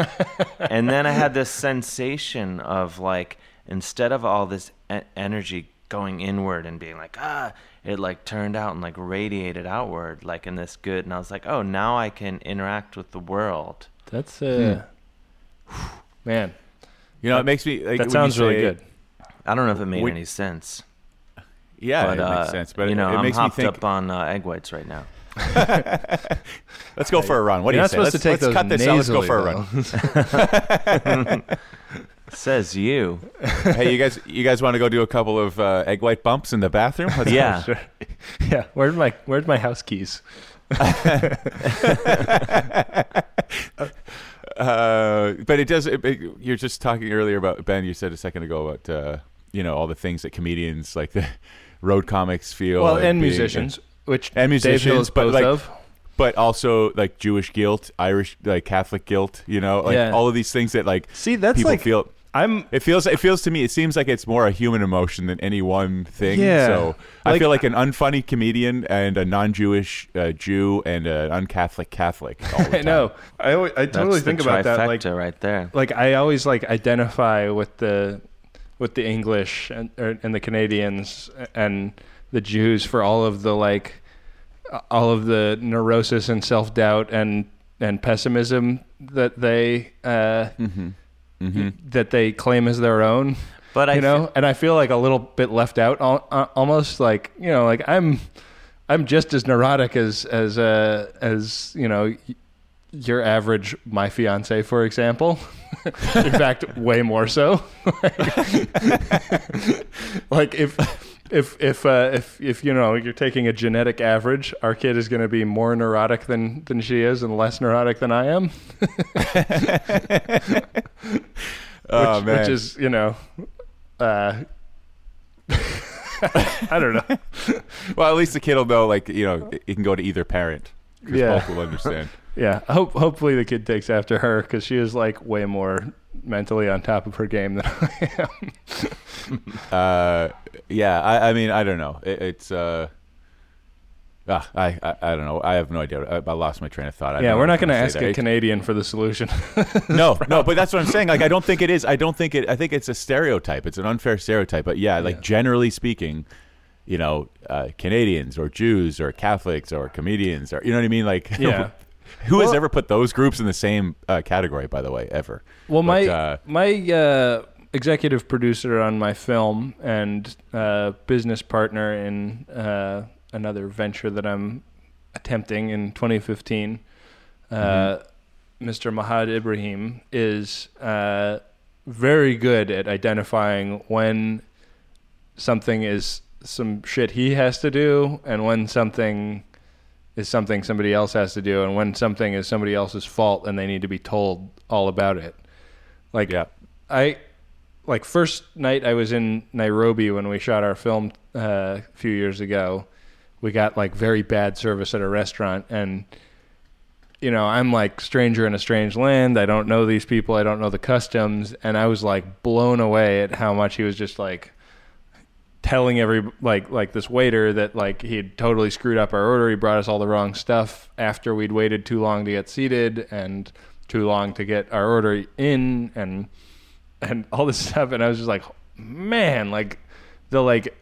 D: and then i had this sensation of like instead of all this e- energy going inward and being like ah it like turned out and like radiated outward like in this good and i was like oh now i can interact with the world
B: That's uh
C: Hmm.
B: man,
C: You know, it makes me. Like, when
B: that
C: you
B: sounds really
C: say-
B: good.
D: i don't know if it made
C: We-
D: any sense
C: Yeah,
D: but
C: it
D: uh,
C: makes sense. But
D: you
C: it-
D: know
C: it,
D: i'm
C: makes me
D: hopped
C: think.
D: up on uh, egg whites right now
C: Let's go for a run. What do
B: You're
C: you
B: not
C: say? let's
B: supposed to
C: let's
B: take those
C: cut this out. Let's go
B: nasally,
C: for a
B: though.
C: run.
D: says you
C: hey, you guys, you guys want to go do a couple of uh, egg white bumps in the bathroom? Let's
D: yeah
B: Sure. yeah, where'd my where'd my house keys?
C: Uh, but it does. It, it- you're just talking earlier about Ben. You said a second ago about uh, you know all the things that comedians like the road comics feel.
B: Well,
C: Oh, like
B: and
C: being-
B: musicians, which
C: And
B: Dave
C: musicians,
B: knows
C: but,
B: both
C: like,
B: of.
C: but also like Jewish guilt, Irish like Catholic guilt. You know, like
B: Yeah.
C: all of these things that like
B: See, that's
C: people
B: like
C: feel.
B: I'm
C: It feels. It feels to me. It seems like it's more a human emotion than any one thing.
B: Yeah.
C: So I
B: Like-
C: feel like an unfunny comedian and a non-Jewish uh, Jew and an uncatholic Catholic. All the
B: I
C: time.
B: know. I always, I
D: that's
B: totally
D: the
B: think about that. Like
D: trifecta right there
B: like I always like identify with the with the English and or, and the Canadians and the Jews for all of the like uh, all of the neurosis and self doubt and and pessimism that they uh,
C: Mm-hmm.
B: that they claim as their own.
D: Hmm. but i
B: you know, and I feel like a little bit left out, al- uh, almost like you know, like I'm, I'm just as neurotic as as uh, as you know, y- your average my fiance, for example. In fact, way more so. like if. If if uh, if if you know you're taking a genetic average, our kid is going to be more neurotic than than she is, and less neurotic than I am.
C: Oh,
B: which,
C: man.
B: which is you know, uh, I don't know.
C: Well, at least the kid will know, like, you know, it can go to either parent. Because
B: Yeah.
C: both will understand.
B: Yeah, hope hopefully the kid takes after her because she is like way more mentally on top of her game than I am.
C: uh, yeah, I, I mean, I don't know. It, it's, uh, ah, I, I, I don't know. I have no idea. I, I lost my train of thought. I
B: yeah,
C: don't
B: we're
C: know
B: not
C: what I was gonna
B: going to ask
C: say
B: a
C: there.
B: Canadian for the solution.
C: no, no, but that's what I'm saying. Like, I don't think it is. I don't think it. I think it's a stereotype. It's an unfair stereotype. But yeah, like
B: Yeah.
C: generally speaking, you know, uh, Canadians or Jews or Catholics or comedians or you know what I mean. Like,
B: Yeah.
C: who has
B: Well-
C: ever put those groups in the same uh, category? By the way, ever.
B: Well,
C: But,
B: my
C: uh,
B: my uh, executive producer on my film and uh, business partner in uh, another venture that I'm attempting in 2015, uh,
C: Mm-hmm.
B: Mr. Mahad Ibrahim is uh, very good at identifying when something is some shit he has to do and when something is something somebody else has to do and when something is somebody else's fault and they need to be told all about it like
C: yeah.
B: I like first night I was in Nairobi when we shot our film uh, a few years ago. We got like very bad service at a restaurant, and you know I'm like stranger in a strange land. I don't know these people. I don't know the customs, and I was like blown away at how much he was just like telling every like like this waiter that like he had totally screwed up our order. He brought us all the wrong stuff after we'd waited too long to get seated and too long to get our order in and and all this stuff and i was just like man like the like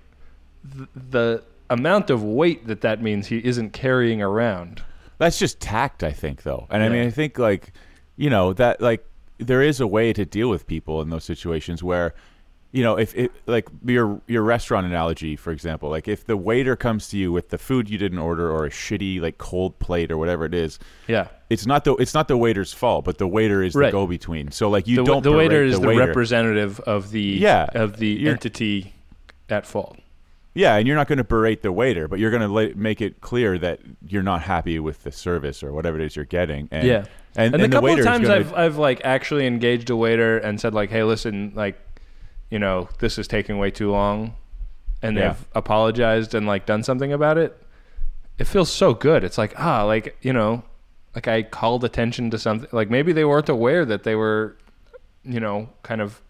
B: th- the amount of weight that that means he isn't carrying around
C: That's just tact, I think, though. And I
B: Yeah.
C: mean, I think like you know that like there is a way to deal with people in those situations where you know, if it like your your restaurant analogy, for example, like if the waiter comes to you with the food you didn't order or a shitty like cold plate or whatever it is,
B: Yeah.
C: it's not the it's not the waiter's fault, but the waiter is
B: Right.
C: the go between. So like you
B: The,
C: don't
B: the
C: berate
B: waiter is the,
C: waiter.
B: representative of the
C: Yeah,
B: of the
C: you're-
B: entity at fault.
C: Yeah, and you're not going to berate the waiter, but you're going to la- make it clear that you're not happy with the service or whatever it is you're getting. And,
B: Yeah.
C: and,
B: And,
C: and
B: the couple
C: waiter
B: of
C: is
B: times
C: gonna-
B: I've I've like actually engaged a waiter and said like, "Hey, listen, like, you know, this is taking way too long," and
C: Yeah.
B: they've apologized and like done something about it. It feels so good. It's like ah, like you know, like I called attention to something. Like maybe they weren't aware that they were, you know, kind of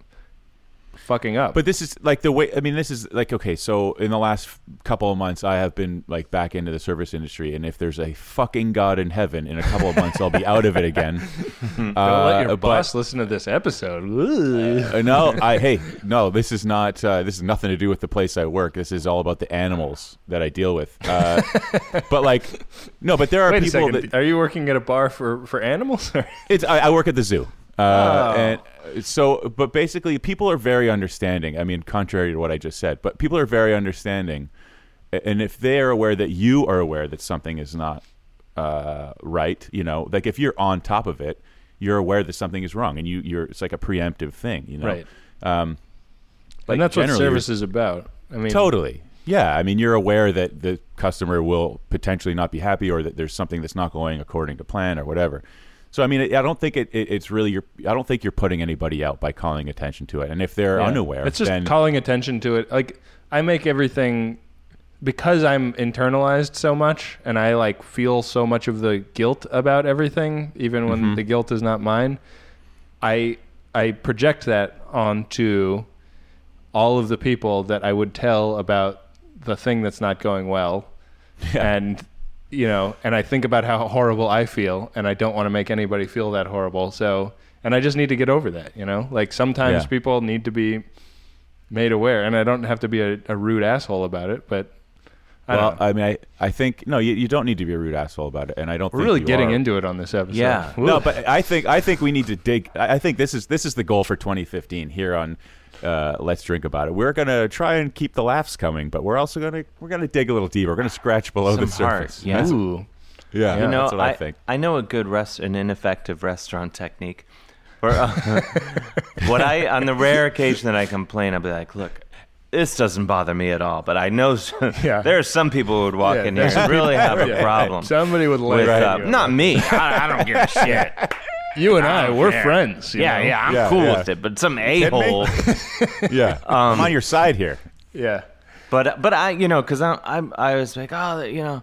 B: fucking up.
C: But this is like the way. I mean, this is like okay. So in the last couple of months, I have been like back into the service industry, and if there's a fucking god in heaven, in a couple of months, I'll be out of it again.
B: Don't
C: Uh,
B: let your
C: but-
B: boss listen to this episode. Ooh.
C: Uh, no, I hey, no, this is not. Uh, this is nothing to do with the place I work. This is all about the animals that I deal with. Uh, but like, no, but there are
B: Wait a
C: people
B: second.
C: that
B: Are you working at a bar for for animals? Or?
C: It's I, I work at the zoo. Uh,
B: Oh.
C: and uh, so but basically people are very understanding. I mean, contrary to what I just said, but people are very understanding. A- And if they are aware that you are aware that something is not uh, right, you know, like if you're on top of it, you're aware that something is wrong and you you're it's like a preemptive thing, you know.
B: Right.
C: Um like
B: and that's what
C: generally-
B: service is about. I mean,
C: Totally. Yeah, I mean, you're aware that the customer will potentially not be happy, or that there's something that's not going according to plan, or whatever. So, I mean, I don't think it, it, it's really your. I don't think you're putting anybody out by calling attention to it. And if they're
B: Yeah.
C: unaware,
B: It's just
C: then
B: calling attention to it. Like I make everything because I'm internalized so much and I like feel so much of the guilt about everything, even
C: Mm-hmm.
B: when the guilt is not mine. I I project that onto all of the people that I would tell about the thing that's not going well. And you know, and I think about how horrible I feel and I don't want to make anybody feel that horrible. So and I just need to get over that, you know? Like sometimes
C: Yeah.
B: people need to be made aware and I don't have to be a, a rude asshole about it, but I
C: well,
B: don't know.
C: I mean, I, I think no, you, you don't need to be a rude asshole about it. And I don't.
B: We're
C: think
B: really
C: you
B: getting
C: are.
B: into it on this episode.
D: Yeah.
B: Woo.
C: No, but I think I think we need to dig. I I think this is this is the goal for 2015 here on uh, Let's Drink About It. We're gonna try and keep the laughs coming, but we're also gonna we're gonna dig a little deeper. We're gonna scratch below
D: Some
C: the
D: heart,
C: surface.
D: yeah.
C: That's-
B: Ooh.
C: yeah,
B: You
D: know,
C: that's what I, think.
D: know a good rest, an ineffective restaurant technique. Where, uh, what I on the rare occasion that I complain, I'll be like, look. This doesn't bother me at all, but I know s
B: Yeah.
D: there are some people who would walk
B: Yeah,
D: in here
B: there's
D: and really have a
B: Yeah.
D: problem
B: Somebody would laugh
D: with
B: at
D: uh,
B: you.
D: not me. I, I don't give a shit.
B: You and I, we're
D: care.
B: friends. you
D: Yeah,
B: know?
D: yeah, I'm
C: Yeah,
D: cool
C: yeah.
D: with it. But some a hole.
C: Yeah, I'm on your side here.
B: yeah.
D: but but I, you know, because I'm, I'm I was like, oh, you know,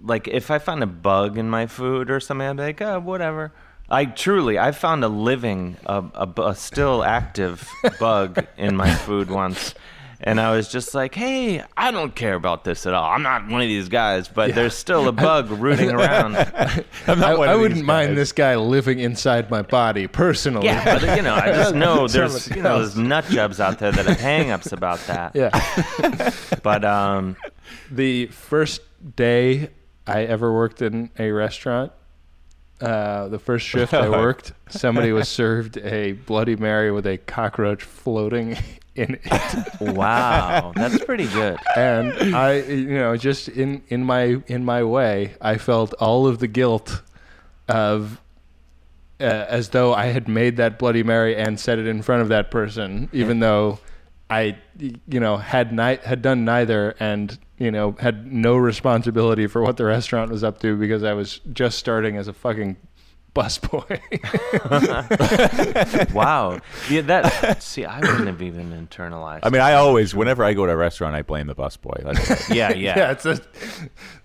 D: like if I found a bug in my food or something, I'd be like, oh, whatever. I truly, I found a living, a, a, bu- a still active bug in my food once. And I was just like, hey, I don't care about this at all. I'm not one of these guys, but there's still a bug rooting around.
C: I'm
B: I,
C: not one
B: I
C: of these
B: wouldn't mind
C: guys.
B: this guy living inside my body personally.
D: Yeah, but you know, I just
B: Tell
D: know there's
B: it.
D: you know there's nut jobs out there that have hang-ups about that.
B: Yeah.
D: But um,
B: the first day I ever worked in a restaurant, uh, the first shift I worked, somebody was served a Bloody Mary with a cockroach floating in it.
D: wow, that's pretty good.
B: and I, you know, just in in my in my way, I felt all of the guilt of uh, as though I had made that Bloody Mary and said it in front of that person, even though I, you know, had ni- had done neither and you know had no responsibility for what the restaurant was up to because I was just starting as a fucking busboy.
D: Wow. Yeah, that. See, I wouldn't have even internalized.
C: I mean, I always, whenever I go to a restaurant, I blame the busboy. That's-
D: yeah,
B: yeah.
D: yeah.
B: it's a,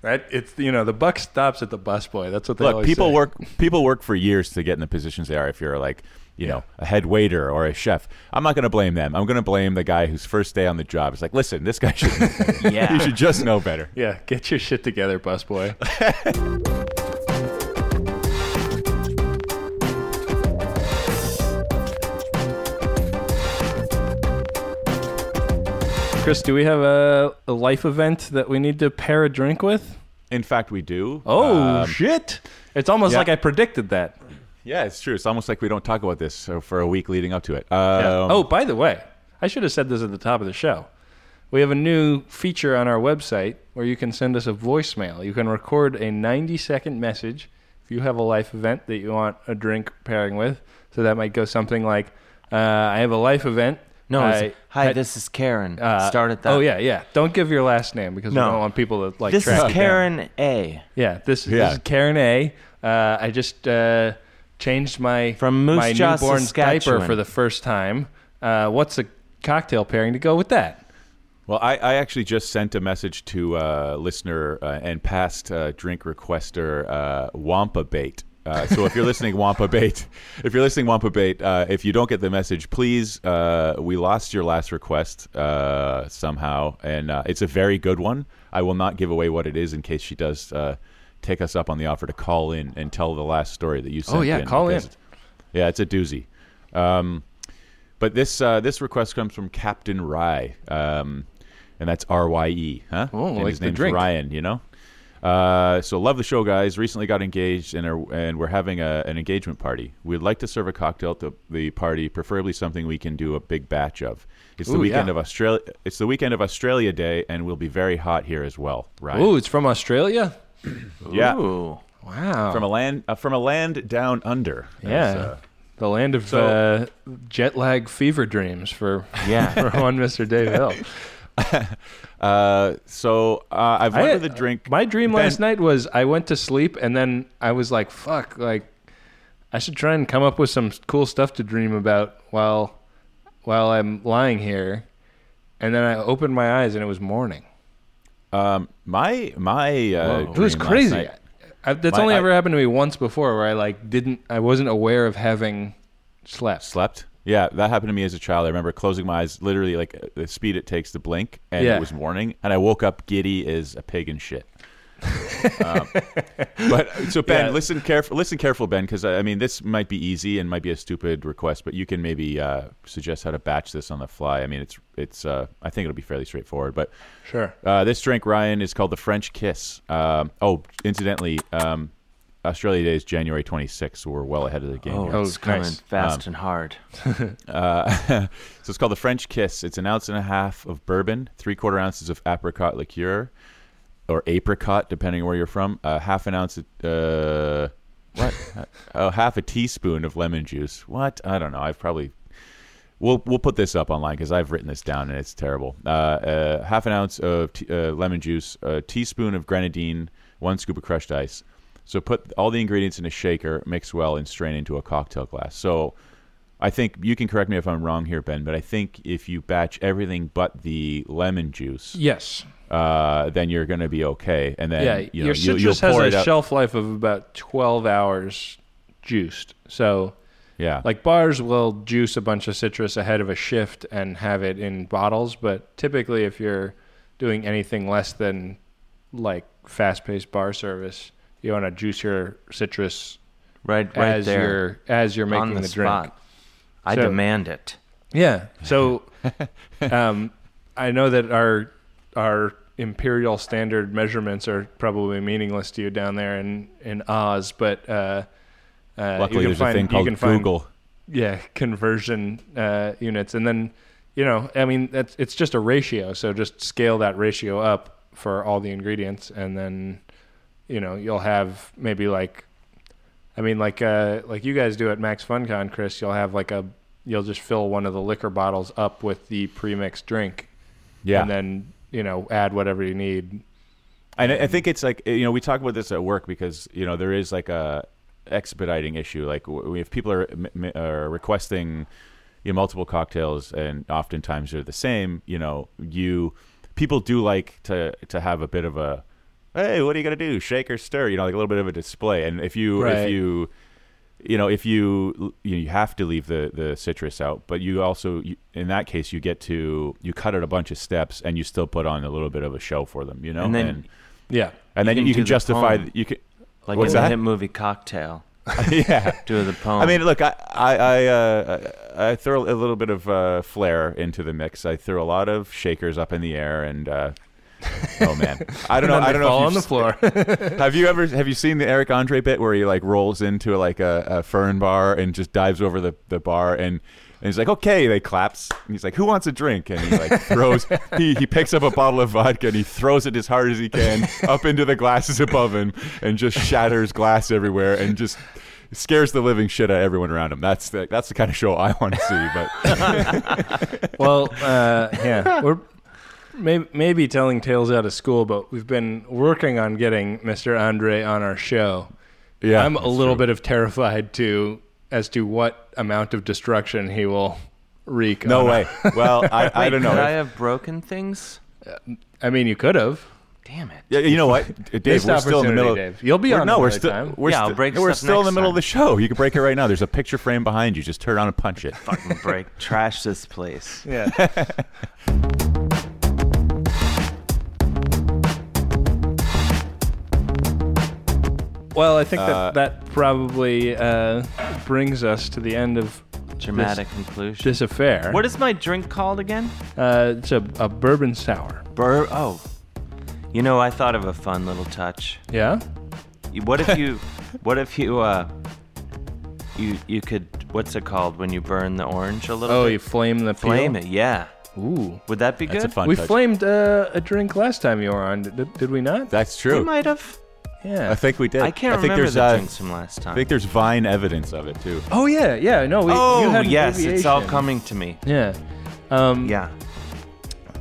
B: that it's you know the buck stops at the busboy. That's what they
C: Look,
B: always
C: people
B: say.
C: work people work for years to get in the positions they are. If you're like, you know, a head waiter or a chef, I'm not going to blame them. I'm going to blame the guy whose first day on the job is like, listen, this guy should,
D: Yeah.
C: you should just know better.
B: Yeah, get your shit together, busboy. Chris, do we have a, a life event that we need to pair a drink with?
C: In fact, we do.
B: Oh
C: Um,
B: shit! It's almost
C: yeah.
B: like I predicted that.
C: yeah, it's true. It's almost like we don't talk about this uh, for a week leading up to it. Um,
B: Yeah. oh, by the way, I should have said this at the top of the show. We have a new feature on our website where you can send us a voicemail. You can record a 90 second message if you have a life event that you want a drink pairing with. So that might go something like, uh, I have a life event.
D: No,
B: I-
D: it's, hi,
B: I-
D: this is Karen.
B: uh,
D: Start at that.
B: Oh yeah, yeah. Don't give your last name because
D: No.
B: we don't want people to like.
D: this
B: track
D: is
B: you down.
D: Karen A.
B: Yeah, this,
C: Yeah.
B: this is Karen A. Uh, I just uh, changed my
D: From Moose
B: my
D: Jaw,
B: newborn's diaper
D: Saskatchewan.
B: for the first time. Uh, what's a cocktail pairing to go with that?
C: Well, I, I actually just sent a message to uh, listener uh, and past uh, drink requester uh, Wampa Bait. Uh, so if you're listening, Wampa Bait, if you're listening, Wampa Bait, uh, if you don't get the message, please, uh, we lost your last request uh, somehow, and uh, it's a very good one. I will not give away what it is in case she does uh, take us up on the offer to call in and tell the last story that you sent.
B: Oh, yeah, call
C: because
B: in.
C: it's- Yeah, it's a doozy. Um, but this uh, this request comes from Captain Rye, um, and that's R Y E, huh?
B: Oh,
C: and
B: like
C: his
B: the
C: name's
B: drink.
C: Ryan, you know. Uh, so love the show, guys. Recently got engaged and are, and we're having a, an engagement party. We'd like to serve a cocktail to the party, preferably something we can do a big batch of. It's the
B: Ooh,
C: weekend
B: yeah.
C: of Australia. It's the weekend of Australia Day, and we'll be very hot here as well. Ryan,
B: Ooh, it's from Australia.
C: yeah,
D: Ooh.
B: Wow.
C: from a land uh, from a land down under.
B: yeah.
C: As, uh,
B: the land of
C: so-
B: uh, jet lag fever dreams for
D: Yeah.
B: for one Mr. Dave Hill.
C: uh, so uh, I've
B: I-
C: ordered the drink.
B: My dream
C: Ben-
B: last night was I went to sleep and then I was like, fuck, like I should try and come up with some cool stuff to dream about while while I'm lying here. And then I opened my eyes and it was morning.
C: Um, my my uh,
B: it was
C: dream last
B: crazy.
C: night-
B: I, that's
C: My-
B: only
C: I-
B: ever happened to me once before where I like didn't I wasn't aware of having slept.
C: Slept. Yeah, that happened to me as a child. I remember closing my eyes, literally like uh, the speed it takes to blink, and
B: Yeah.
C: it was morning, and I woke up giddy as a pig in shit. um, but so Ben,
B: Yeah.
C: listen careful. Listen careful, Ben, because I I mean this might be easy and might be a stupid request, but you can maybe uh, suggest how to batch this on the fly. I mean, it's it's. Uh, I think it'll be fairly straightforward, but
B: Sure.
C: uh, this drink, Ryan, is called the French Kiss. Um, oh, incidentally, um, Australia Day is January 26th, so we're well ahead of the game.
D: Oh,
C: here.
B: Oh,
D: it's coming
B: nice.
D: fast and hard.
C: Uh, so it's called the French Kiss. It's an ounce and a half of bourbon, three quarter ounces of apricot liqueur, or apricot, depending where you're from. Uh, half an ounce of uh, what? oh, half a teaspoon of lemon juice. What? I don't know. I've probably we'll we'll put this up online because I've written this down and it's terrible. Uh, uh, half an ounce of t- uh, lemon juice, a teaspoon of grenadine, one scoop of crushed ice. So put all the ingredients in a shaker, mix well, and strain into a cocktail glass. So I think you can correct me if I'm wrong here, Ben, but I think if you batch everything but the lemon juice,
B: Yes.
C: uh, then you're going to be okay. And then
B: yeah,
C: you know,
B: your
C: you'll,
B: citrus
C: you'll pour
B: has
C: it
B: a
C: out.
B: shelf life of about 12 hours juiced. So
C: Yeah,
B: Like bars will juice a bunch of citrus ahead of a shift and have it in bottles, but typically if you're doing anything less than like fast-paced bar service, you want to juice your citrus
D: Right, right
B: as
D: there.
B: you're as you're making
D: on the,
B: drink.
D: spot. I
B: So-
D: demand it.
B: Yeah. So um, I know that our our imperial standard measurements are probably meaningless to you down there in in Oz, but uh, uh,
C: luckily
B: you can
C: there's
B: find,
C: a thing
B: you can
C: called
B: find-
C: Google.
B: yeah conversion uh, units and then you know i mean that's it's just a ratio so just scale that ratio up for all the ingredients and then you know you'll have maybe like i mean like uh like you guys do at max funcon chris you'll have like a you'll just fill one of the liquor bottles up with the pre-mixed drink
C: Yeah,
B: and then you know add whatever you need
C: And I, I think it's like you know we talk about this at work because you know there is like a expediting issue. Like w- if people are, m- m- are requesting you know, multiple cocktails and oftentimes they're the same, you know, you people do like to to have a bit of a hey, what are you gonna do? Shake or stir? You know, like a little bit of a display. And if you
B: Right.
C: if you you know if you you have to leave the the citrus out but you also you, in that case you get to you cut it a bunch of steps and you still put on a little bit of a show for them you know
D: And then-
B: yeah
C: and then
D: You
C: you, can
D: can do the
C: justify
D: poem.
C: th- you can
D: Like
C: What's
D: in the
C: that?
D: hit movie Cocktail.
C: yeah
D: Do the poem.
C: i mean look i i i, uh, I throw a little bit of uh, flair into the mix i throw a lot of shakers up in the air and uh, Oh man, I don't know.
B: And then
C: I
B: they
C: don't know.
B: fall
C: if
B: on the
C: you've
B: floor.
C: s- Have you ever have you seen the Eric Andre bit where he like rolls into like a, a fern bar and just dives over the, the bar and, and he's like, okay, they claps and he's like, who wants a drink? And he like throws he, he picks up a bottle of vodka and he throws it as hard as he can up into the glasses above him and just shatters glass everywhere and just scares the living shit out of everyone around him. That's the that's the kind of show I want to see. But
B: well, uh, yeah, we're maybe, maybe telling tales out of school, but we've been working on getting Mr. Andre on our show.
C: yeah,
B: I'm a little bit of terrified to as to what amount of destruction he will wreak.
C: No
B: on
C: way. Well, I, I don't know.
D: Could I
C: If-
D: have broken things?
B: I mean, you could have.
D: Damn it.
C: Yeah, you know what, Dave?
B: Missed
C: We're still in the
B: opportunity,
C: middle.
B: Dave. You'll be
C: we're-
B: on
C: No, we're
B: another
C: still.
B: time.
C: We're
D: Yeah, I'll
C: still-
D: break
C: We're
D: stuff
C: still in the
D: next
C: middle of
D: time.
C: the show. You can break it right now. There's a picture frame behind you. Just turn on and punch it.
D: Fucking break. Trash this place.
B: Yeah. well, I think that
C: Uh,
B: that probably uh, brings us to the end of
D: Dramatic conclusion.
B: this affair.
D: what is my drink called again?
B: Uh, it's a, a bourbon sour.
D: Bur. Oh. You know, I thought of a fun little touch.
B: Yeah.
D: You- What if you, what if you, uh, you you could what's it called when you burn the orange a little?
B: Oh,
D: bit?
B: you flame the
D: flame it. Yeah.
B: it. Ooh.
D: Would that be
C: That's
D: good?
C: a fun.
B: we
C: touch.
B: flamed uh, a drink last time you were on. Did, did we not?
C: That's
D: We
C: true.
D: might have.
B: yeah.
C: I think we did.
D: I can't
C: think
D: remember
C: there's,
D: the
C: uh,
D: drinks from last time.
C: I think there's Vine evidence of it too.
B: oh yeah, yeah. No, we. you
D: oh
B: had an
D: yes, it's all
B: aviation.
D: coming to me.
B: Yeah. Um, yeah.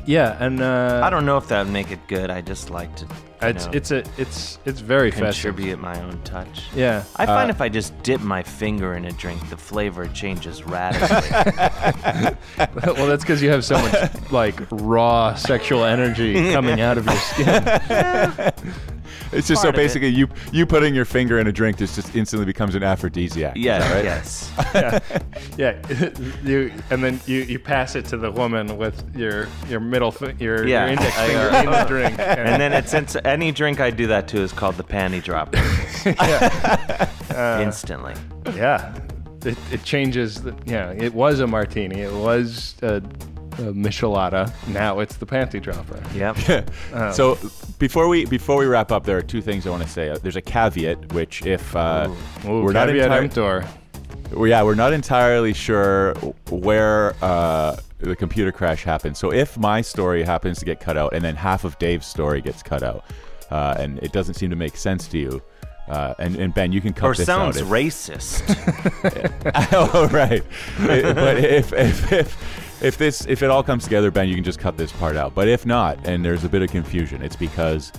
D: Yeah.
B: and uh,
D: I don't know if that would make it good. I just like to. you
B: It's
D: know,
B: it's a it's it's very festive.
D: contribute my own touch.
B: Yeah.
D: I find
C: Uh,
D: if I just dip my finger in a drink, the flavor changes radically.
B: well, that's because you have so much like raw sexual energy coming out of your skin.
C: It's just so
D: part of it.
C: basically you you putting your finger in a drink just just instantly becomes an aphrodisiac. Is
D: yes,
C: that right?
D: yes.
B: yeah. You and then you, you pass it to the woman with your your middle fi- your,
D: Yeah.
B: your index
D: I,
B: finger
D: uh,
B: in the drink.
D: And then it's, it's any drink I do that to is called the panty drop. Instantly.
B: yeah, it, it changes. The, yeah, it was a martini. It was a, a michelada. Now it's the panty dropper.
D: Yep. Oh.
C: so before we before we wrap up, there are two things I want to say. Uh, There's a caveat, which if uh,
B: Ooh,
C: we're not
B: caveat
C: entire-
B: emptor.
C: Well, yeah, we're not entirely sure where uh, the computer crash happened. So if my story happens to get cut out, and then half of Dave's story gets cut out, uh, and it doesn't seem to make sense to you, uh, and, and Ben, you can cut
D: Or
C: this
D: sounds
C: out. if-
D: racist.
C: oh, right. I- but if, if if if this if it all comes together, Ben, you can just cut this part out. But if not, and there's a bit of confusion, it's because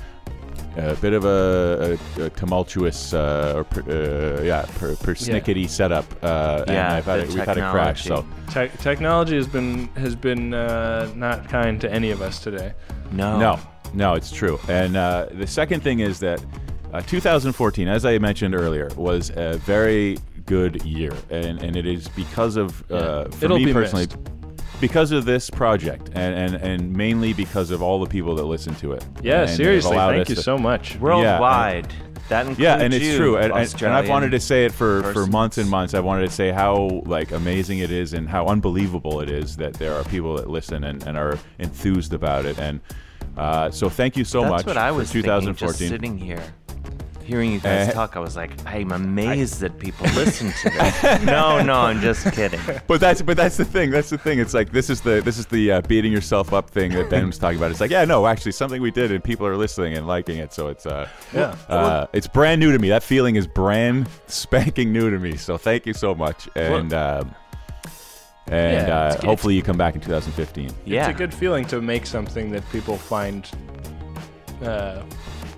C: a bit of a, a, a tumultuous uh, or per, uh, yeah per, persnickety setup. Uh, and
D: Yeah,
C: I've had
D: the
C: a, we've had a crash. So
D: technology.
B: Te- technology has been has been uh, not kind to any of us today.
D: No.
C: no, no, it's true. And uh, the second thing is that. Uh, 2014, as I mentioned earlier, was a very good year, and, and it is because of uh, for
B: It'll
C: me
B: be
C: personally,
B: missed.
C: because of this project and, and, and mainly because of all the people that listen to it.
B: Yeah,
C: And they've
B: seriously.
C: allowed
B: Thank
C: us
B: you
C: to-
B: so much.
D: Worldwide. that includes
C: Yeah, and it's
D: you,
C: true. And, and, and I've
D: Australian.
C: wanted to say it for, for
D: persons.
C: months and months. I wanted to say how like amazing it is and how unbelievable it is that there are people that listen and, and are enthused about it. And uh, so thank you so
D: That's
C: much
D: what I was
C: for
D: thinking,
C: 2014.
D: just sitting here. Hearing you guys
C: Eh.
D: talk, I was like, I'm amazed that people listen to this. no, no, I'm just kidding.
C: But that's but that's the thing. That's the thing. It's like this is the this is the uh, beating yourself up thing that Ben was talking about. It's like yeah, no, actually something we did and people are listening and liking it. So it's uh
B: Yeah.
C: uh, it's brand new to me. That feeling is brand spanking new to me. So thank you so much and. um and
B: Yeah, it's
C: uh,
B: good.
C: hopefully you come back in 2015.
D: Yeah.
B: It's a good feeling to make something that people find uh,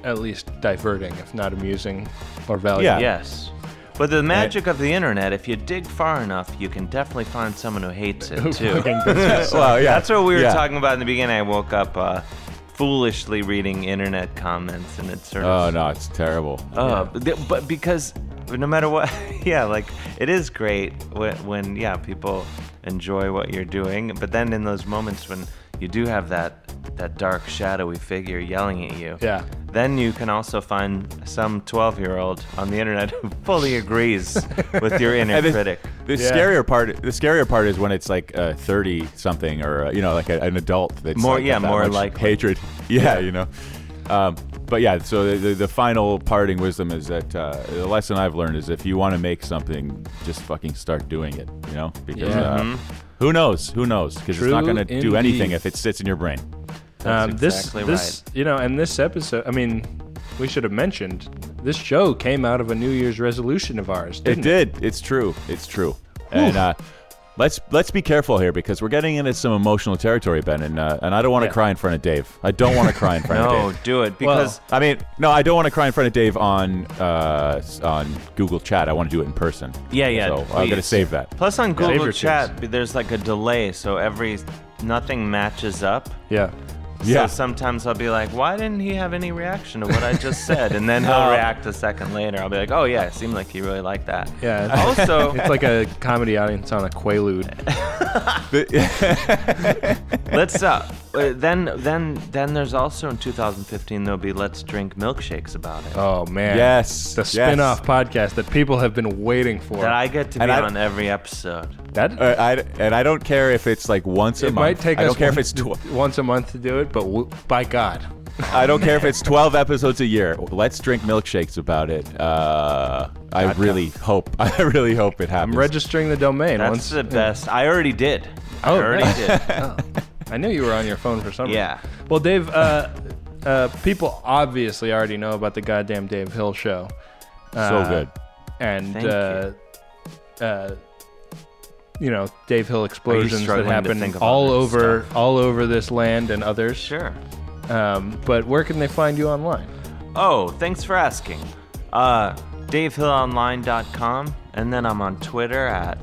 B: at least diverting, if not amusing or valuable.
C: Yeah.
D: Yes. But
C: Eh.
D: the magic of the internet, if you dig far enough, you can definitely find someone who hates it too.
C: well, yeah,
D: That's what we were
C: yeah.
D: talking about in the beginning. I woke up uh, foolishly reading internet comments, and it's sort
C: Oh
D: of.
C: no, it's terrible.
D: Uh, but, th- but because no matter what, yeah, like it is great when, when, yeah, people enjoy what you're doing. But then in those moments when you do have that that dark shadowy figure yelling at you.
B: Yeah.
D: Then you can also find some 12 year old on the internet who fully agrees with your inner
C: And the,
D: critic.
C: The
B: Yeah.
C: scarier part, the scarier part is when it's like uh, thirty something, or uh, you know, like a, an adult that's
D: More-
C: like,
D: yeah,
C: got that
D: more
C: much
D: likely.
C: hatred. Yeah, you know. Um, but yeah, so the, the, the final parting wisdom is that uh, the lesson I've learned is if you want to make something, just fucking start doing it. You know, because
B: Yeah.
C: uh,
D: Mm-hmm.
C: who knows? Who knows? Because it's not
B: True
C: going to do anything
B: indeed.
C: if it sits in your brain.
B: Um, this,
D: exactly
B: this, you know, and this episode. I mean, we should have mentioned this show came out of a New Year's resolution of ours. Didn't
C: It did. It's true. It's true. And uh, let's let's be careful here because we're getting into some emotional territory, Ben, and uh, and I don't want to
B: Yeah.
C: cry in front of Dave. I don't want to cry in front
D: No,
C: of Dave.
D: do it because
C: I mean, no, I don't want to cry in front of Dave on uh, s- on Google Chat. I want to do it in person.
D: Yeah, yeah,
C: So I'm gonna
D: please.
C: save that.
D: Plus, on
B: Save
D: Google
B: your
D: Chat, there's like a delay, so every nothing matches up.
B: Yeah.
C: Yeah.
D: So sometimes I'll be like, "Why didn't he have any reaction to what I just said?" And then he'll
C: Oh.
D: react a second later. I'll be like, "Oh yeah, it seemed like he really liked that."
B: Yeah. it's-
D: Also,
B: it's like a comedy audience on a Quaalude.
D: let's uh, uh, then then then there's also in 2015 there'll be let's drink milkshakes about it
B: Oh man.
C: Yes,
B: The
C: yes.
B: spin-off podcast that people have been waiting for.
D: that I get to be
C: And I-
D: on every episode.
B: That-
C: Uh, I, and I don't care if it's like once a
B: it
C: month.
B: might take
C: I don't
B: us
C: care if
B: one-
C: it's tw-
B: once a month to do it, but w- by God,
C: I don't care if it's 12 episodes a year. Let's drink milkshakes about it. Uh, I really hope. I really hope it happens.
B: I'm registering the domain.
D: That's
B: once
D: the best. I already did.
B: Oh,
D: I already
B: nice.
D: did.
B: I knew you were on your phone for some reason.
D: Yeah.
B: Well, Dave, uh, uh, people obviously already know about the goddamn Dave Hill show.
C: so
B: Uh,
C: good.
B: And,
D: Thank
B: uh, uh, you know, Dave Hill explosions that
D: struggling to
B: happen
D: think of
B: all
D: other
B: over all over this land and others.
D: Sure.
B: Um, but where can they find you online?
D: Oh, thanks for asking. Uh, DaveHillOnline.com, and then I'm on Twitter at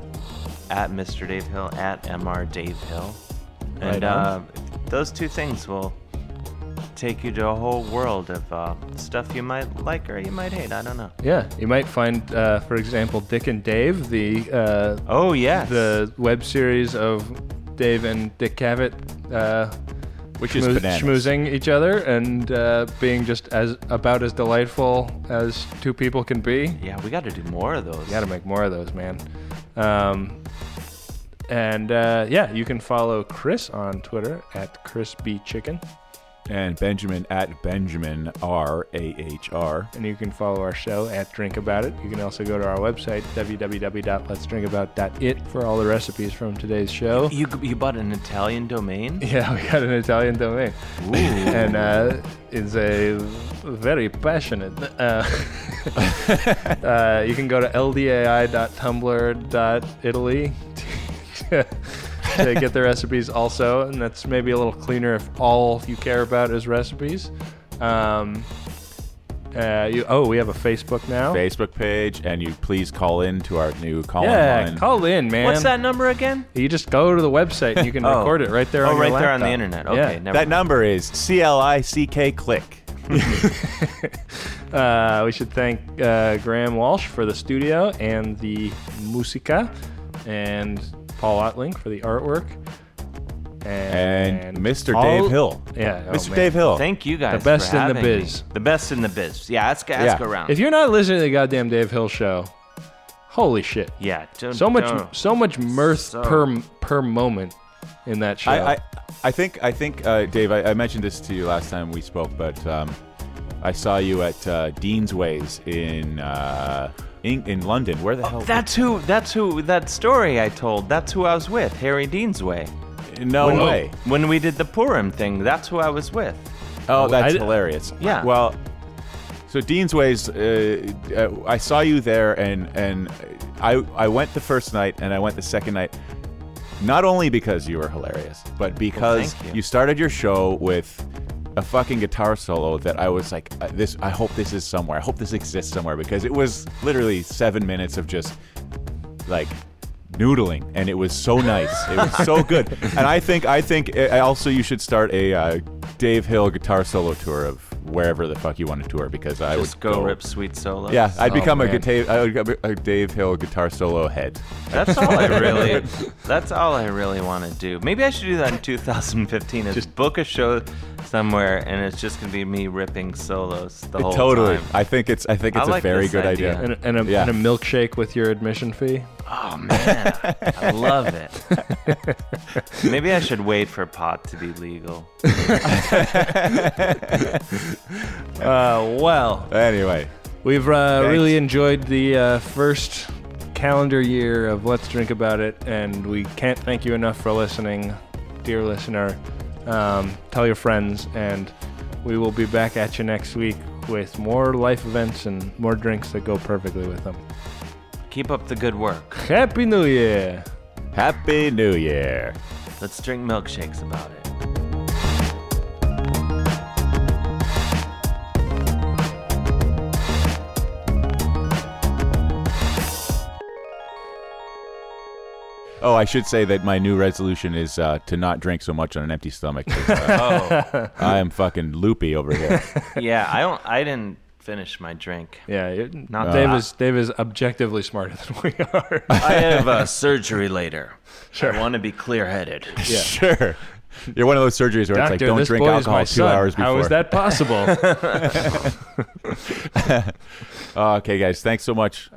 D: at Mr. Dave Hill at Mr. Dave Hill,
B: Right
D: and
B: on.
D: uh, those two things will take you to a whole world of uh, stuff you might like or you might hate. I don't know.
B: Yeah, you might find, uh, for example, Dick and Dave, the uh,
D: Oh yes.
B: the web series of Dave and Dick Cavett. Uh,
C: Which is
B: schmoo-
C: bananas.
B: schmoozing each other and uh, being just as about as delightful as two people can be. You
D: yeah, we got to do more of those.
B: got to make more of those, man. Um, and uh, yeah, you can follow Chris on Twitter at ChrisBChicken,
C: and Benjamin at Benjamin R A H R.
B: and you can follow our show at Drink About It. You can also go to our website www.letsdrinkabout.it for all the recipes from today's show.
D: You you bought an Italian domain.
B: Yeah, we got an Italian domain, and uh, it's a very passionate. Uh, uh, you can go to ldai.tumblr.italy to, E to get the recipes also, and that's maybe a little cleaner if all you care about is recipes. Um, uh, you, oh, we have a Facebook now.
C: Facebook page, and you please call in to our new call
B: yeah,
C: in line.
B: call in, man.
D: What's that number again?
B: You just go to the website and you can
D: Oh.
B: record it right there
D: Oh,
B: on your
D: right there on the
B: laptop.
D: internet.
B: Yeah.
D: Okay, never
C: that number is C L I C K click.
B: Uh, we should thank uh, Graham Walsh for the studio and the musica, and Paul Otling for the artwork, and,
C: And Mr.
B: all-
C: Dave Hill.
B: Yeah, oh,
C: Mr.
B: man.
C: Dave Hill.
D: Thank you guys.
B: The best
D: for
B: in the
D: having me.
B: biz.
D: The best in the biz. Yeah, ask, ask
C: Yeah.
D: around.
B: If you're not listening to the goddamn Dave Hill show, holy shit!
D: yeah, don't,
B: So much,
D: don't.
B: so much mirth
D: So-
B: per per moment in that show.
C: I, I, I think I think uh, Dave. I, I mentioned this to you last time we spoke, but um, I saw you at uh, Dean's Ways in uh, in, in London. Where the
B: Oh,
C: hell?
D: That's who. That's who. That story I told. That's who I was with. Harry Deansway.
C: no
B: Oh.
C: way.
D: When we did the Purim thing, that's who I was with.
C: Oh, that's
B: I-
C: hilarious.
D: Yeah.
C: Well, so Dean's Ways, uh, uh, I saw you there, and and I I went the first night, and I went the second night. Not only because you were hilarious, but because
D: thank you.
C: you. started your show with a fucking guitar solo that I was like, uh, this. I hope this is somewhere. I hope this exists somewhere because it was literally seven minutes of just like noodling and it was so nice it was so good eh, and i think i think uh, also you should start a uh, dave hill guitar solo tour of wherever the fuck you want to tour because I
D: Just
C: would
D: go, rip sweet solo.
C: Yeah, I'd
E: Oh,
C: become a,
E: man.
C: guitar, I would become a Dave Hill guitar solo head.
D: That's all I really. That's all I really want to do. Maybe I should do that in 2015. Is just book a show somewhere, and it's just gonna be me ripping solos the whole
C: totally,
D: time.
C: I think it's I think
D: I
C: it's
D: like
C: a very
D: this
C: good idea.
D: idea.
B: And, and, a,
C: Yeah.
B: and a milkshake with your admission fee.
D: Oh man, I love it. Maybe I should wait for pot to be legal.
B: Uh, well,
C: Anyway,
B: we've uh, really enjoyed the uh, first calendar year of Let's Drink About It, and we can't thank you enough for listening, dear listener. Um, tell your friends, and we will be back at you next week with more life events and more drinks that go perfectly with them.
D: Keep up the good work.
B: Happy New Year!
C: Happy New Year.
D: Let's drink milkshakes about it.
C: Oh, I should say that my new resolution is uh, to not drink so much on an empty stomach. Uh,
D: Oh
C: I am fucking loopy over here.
D: yeah, I don't. I didn't finish my drink.
B: Yeah, it-
D: Not
B: Dave
D: that.
B: is Dave is objectively smarter than we are.
D: I have uh, surgery later.
B: Sure.
D: I want to be clear-headed.
C: Sure. You're one of those surgeries where it's like
B: Doctor,
C: don't
B: this
C: drink
B: boy is
C: alcohol
B: my
C: two
B: son.
C: hours before.
B: How is that possible?
C: Uh, okay, guys, Oh, thanks so much.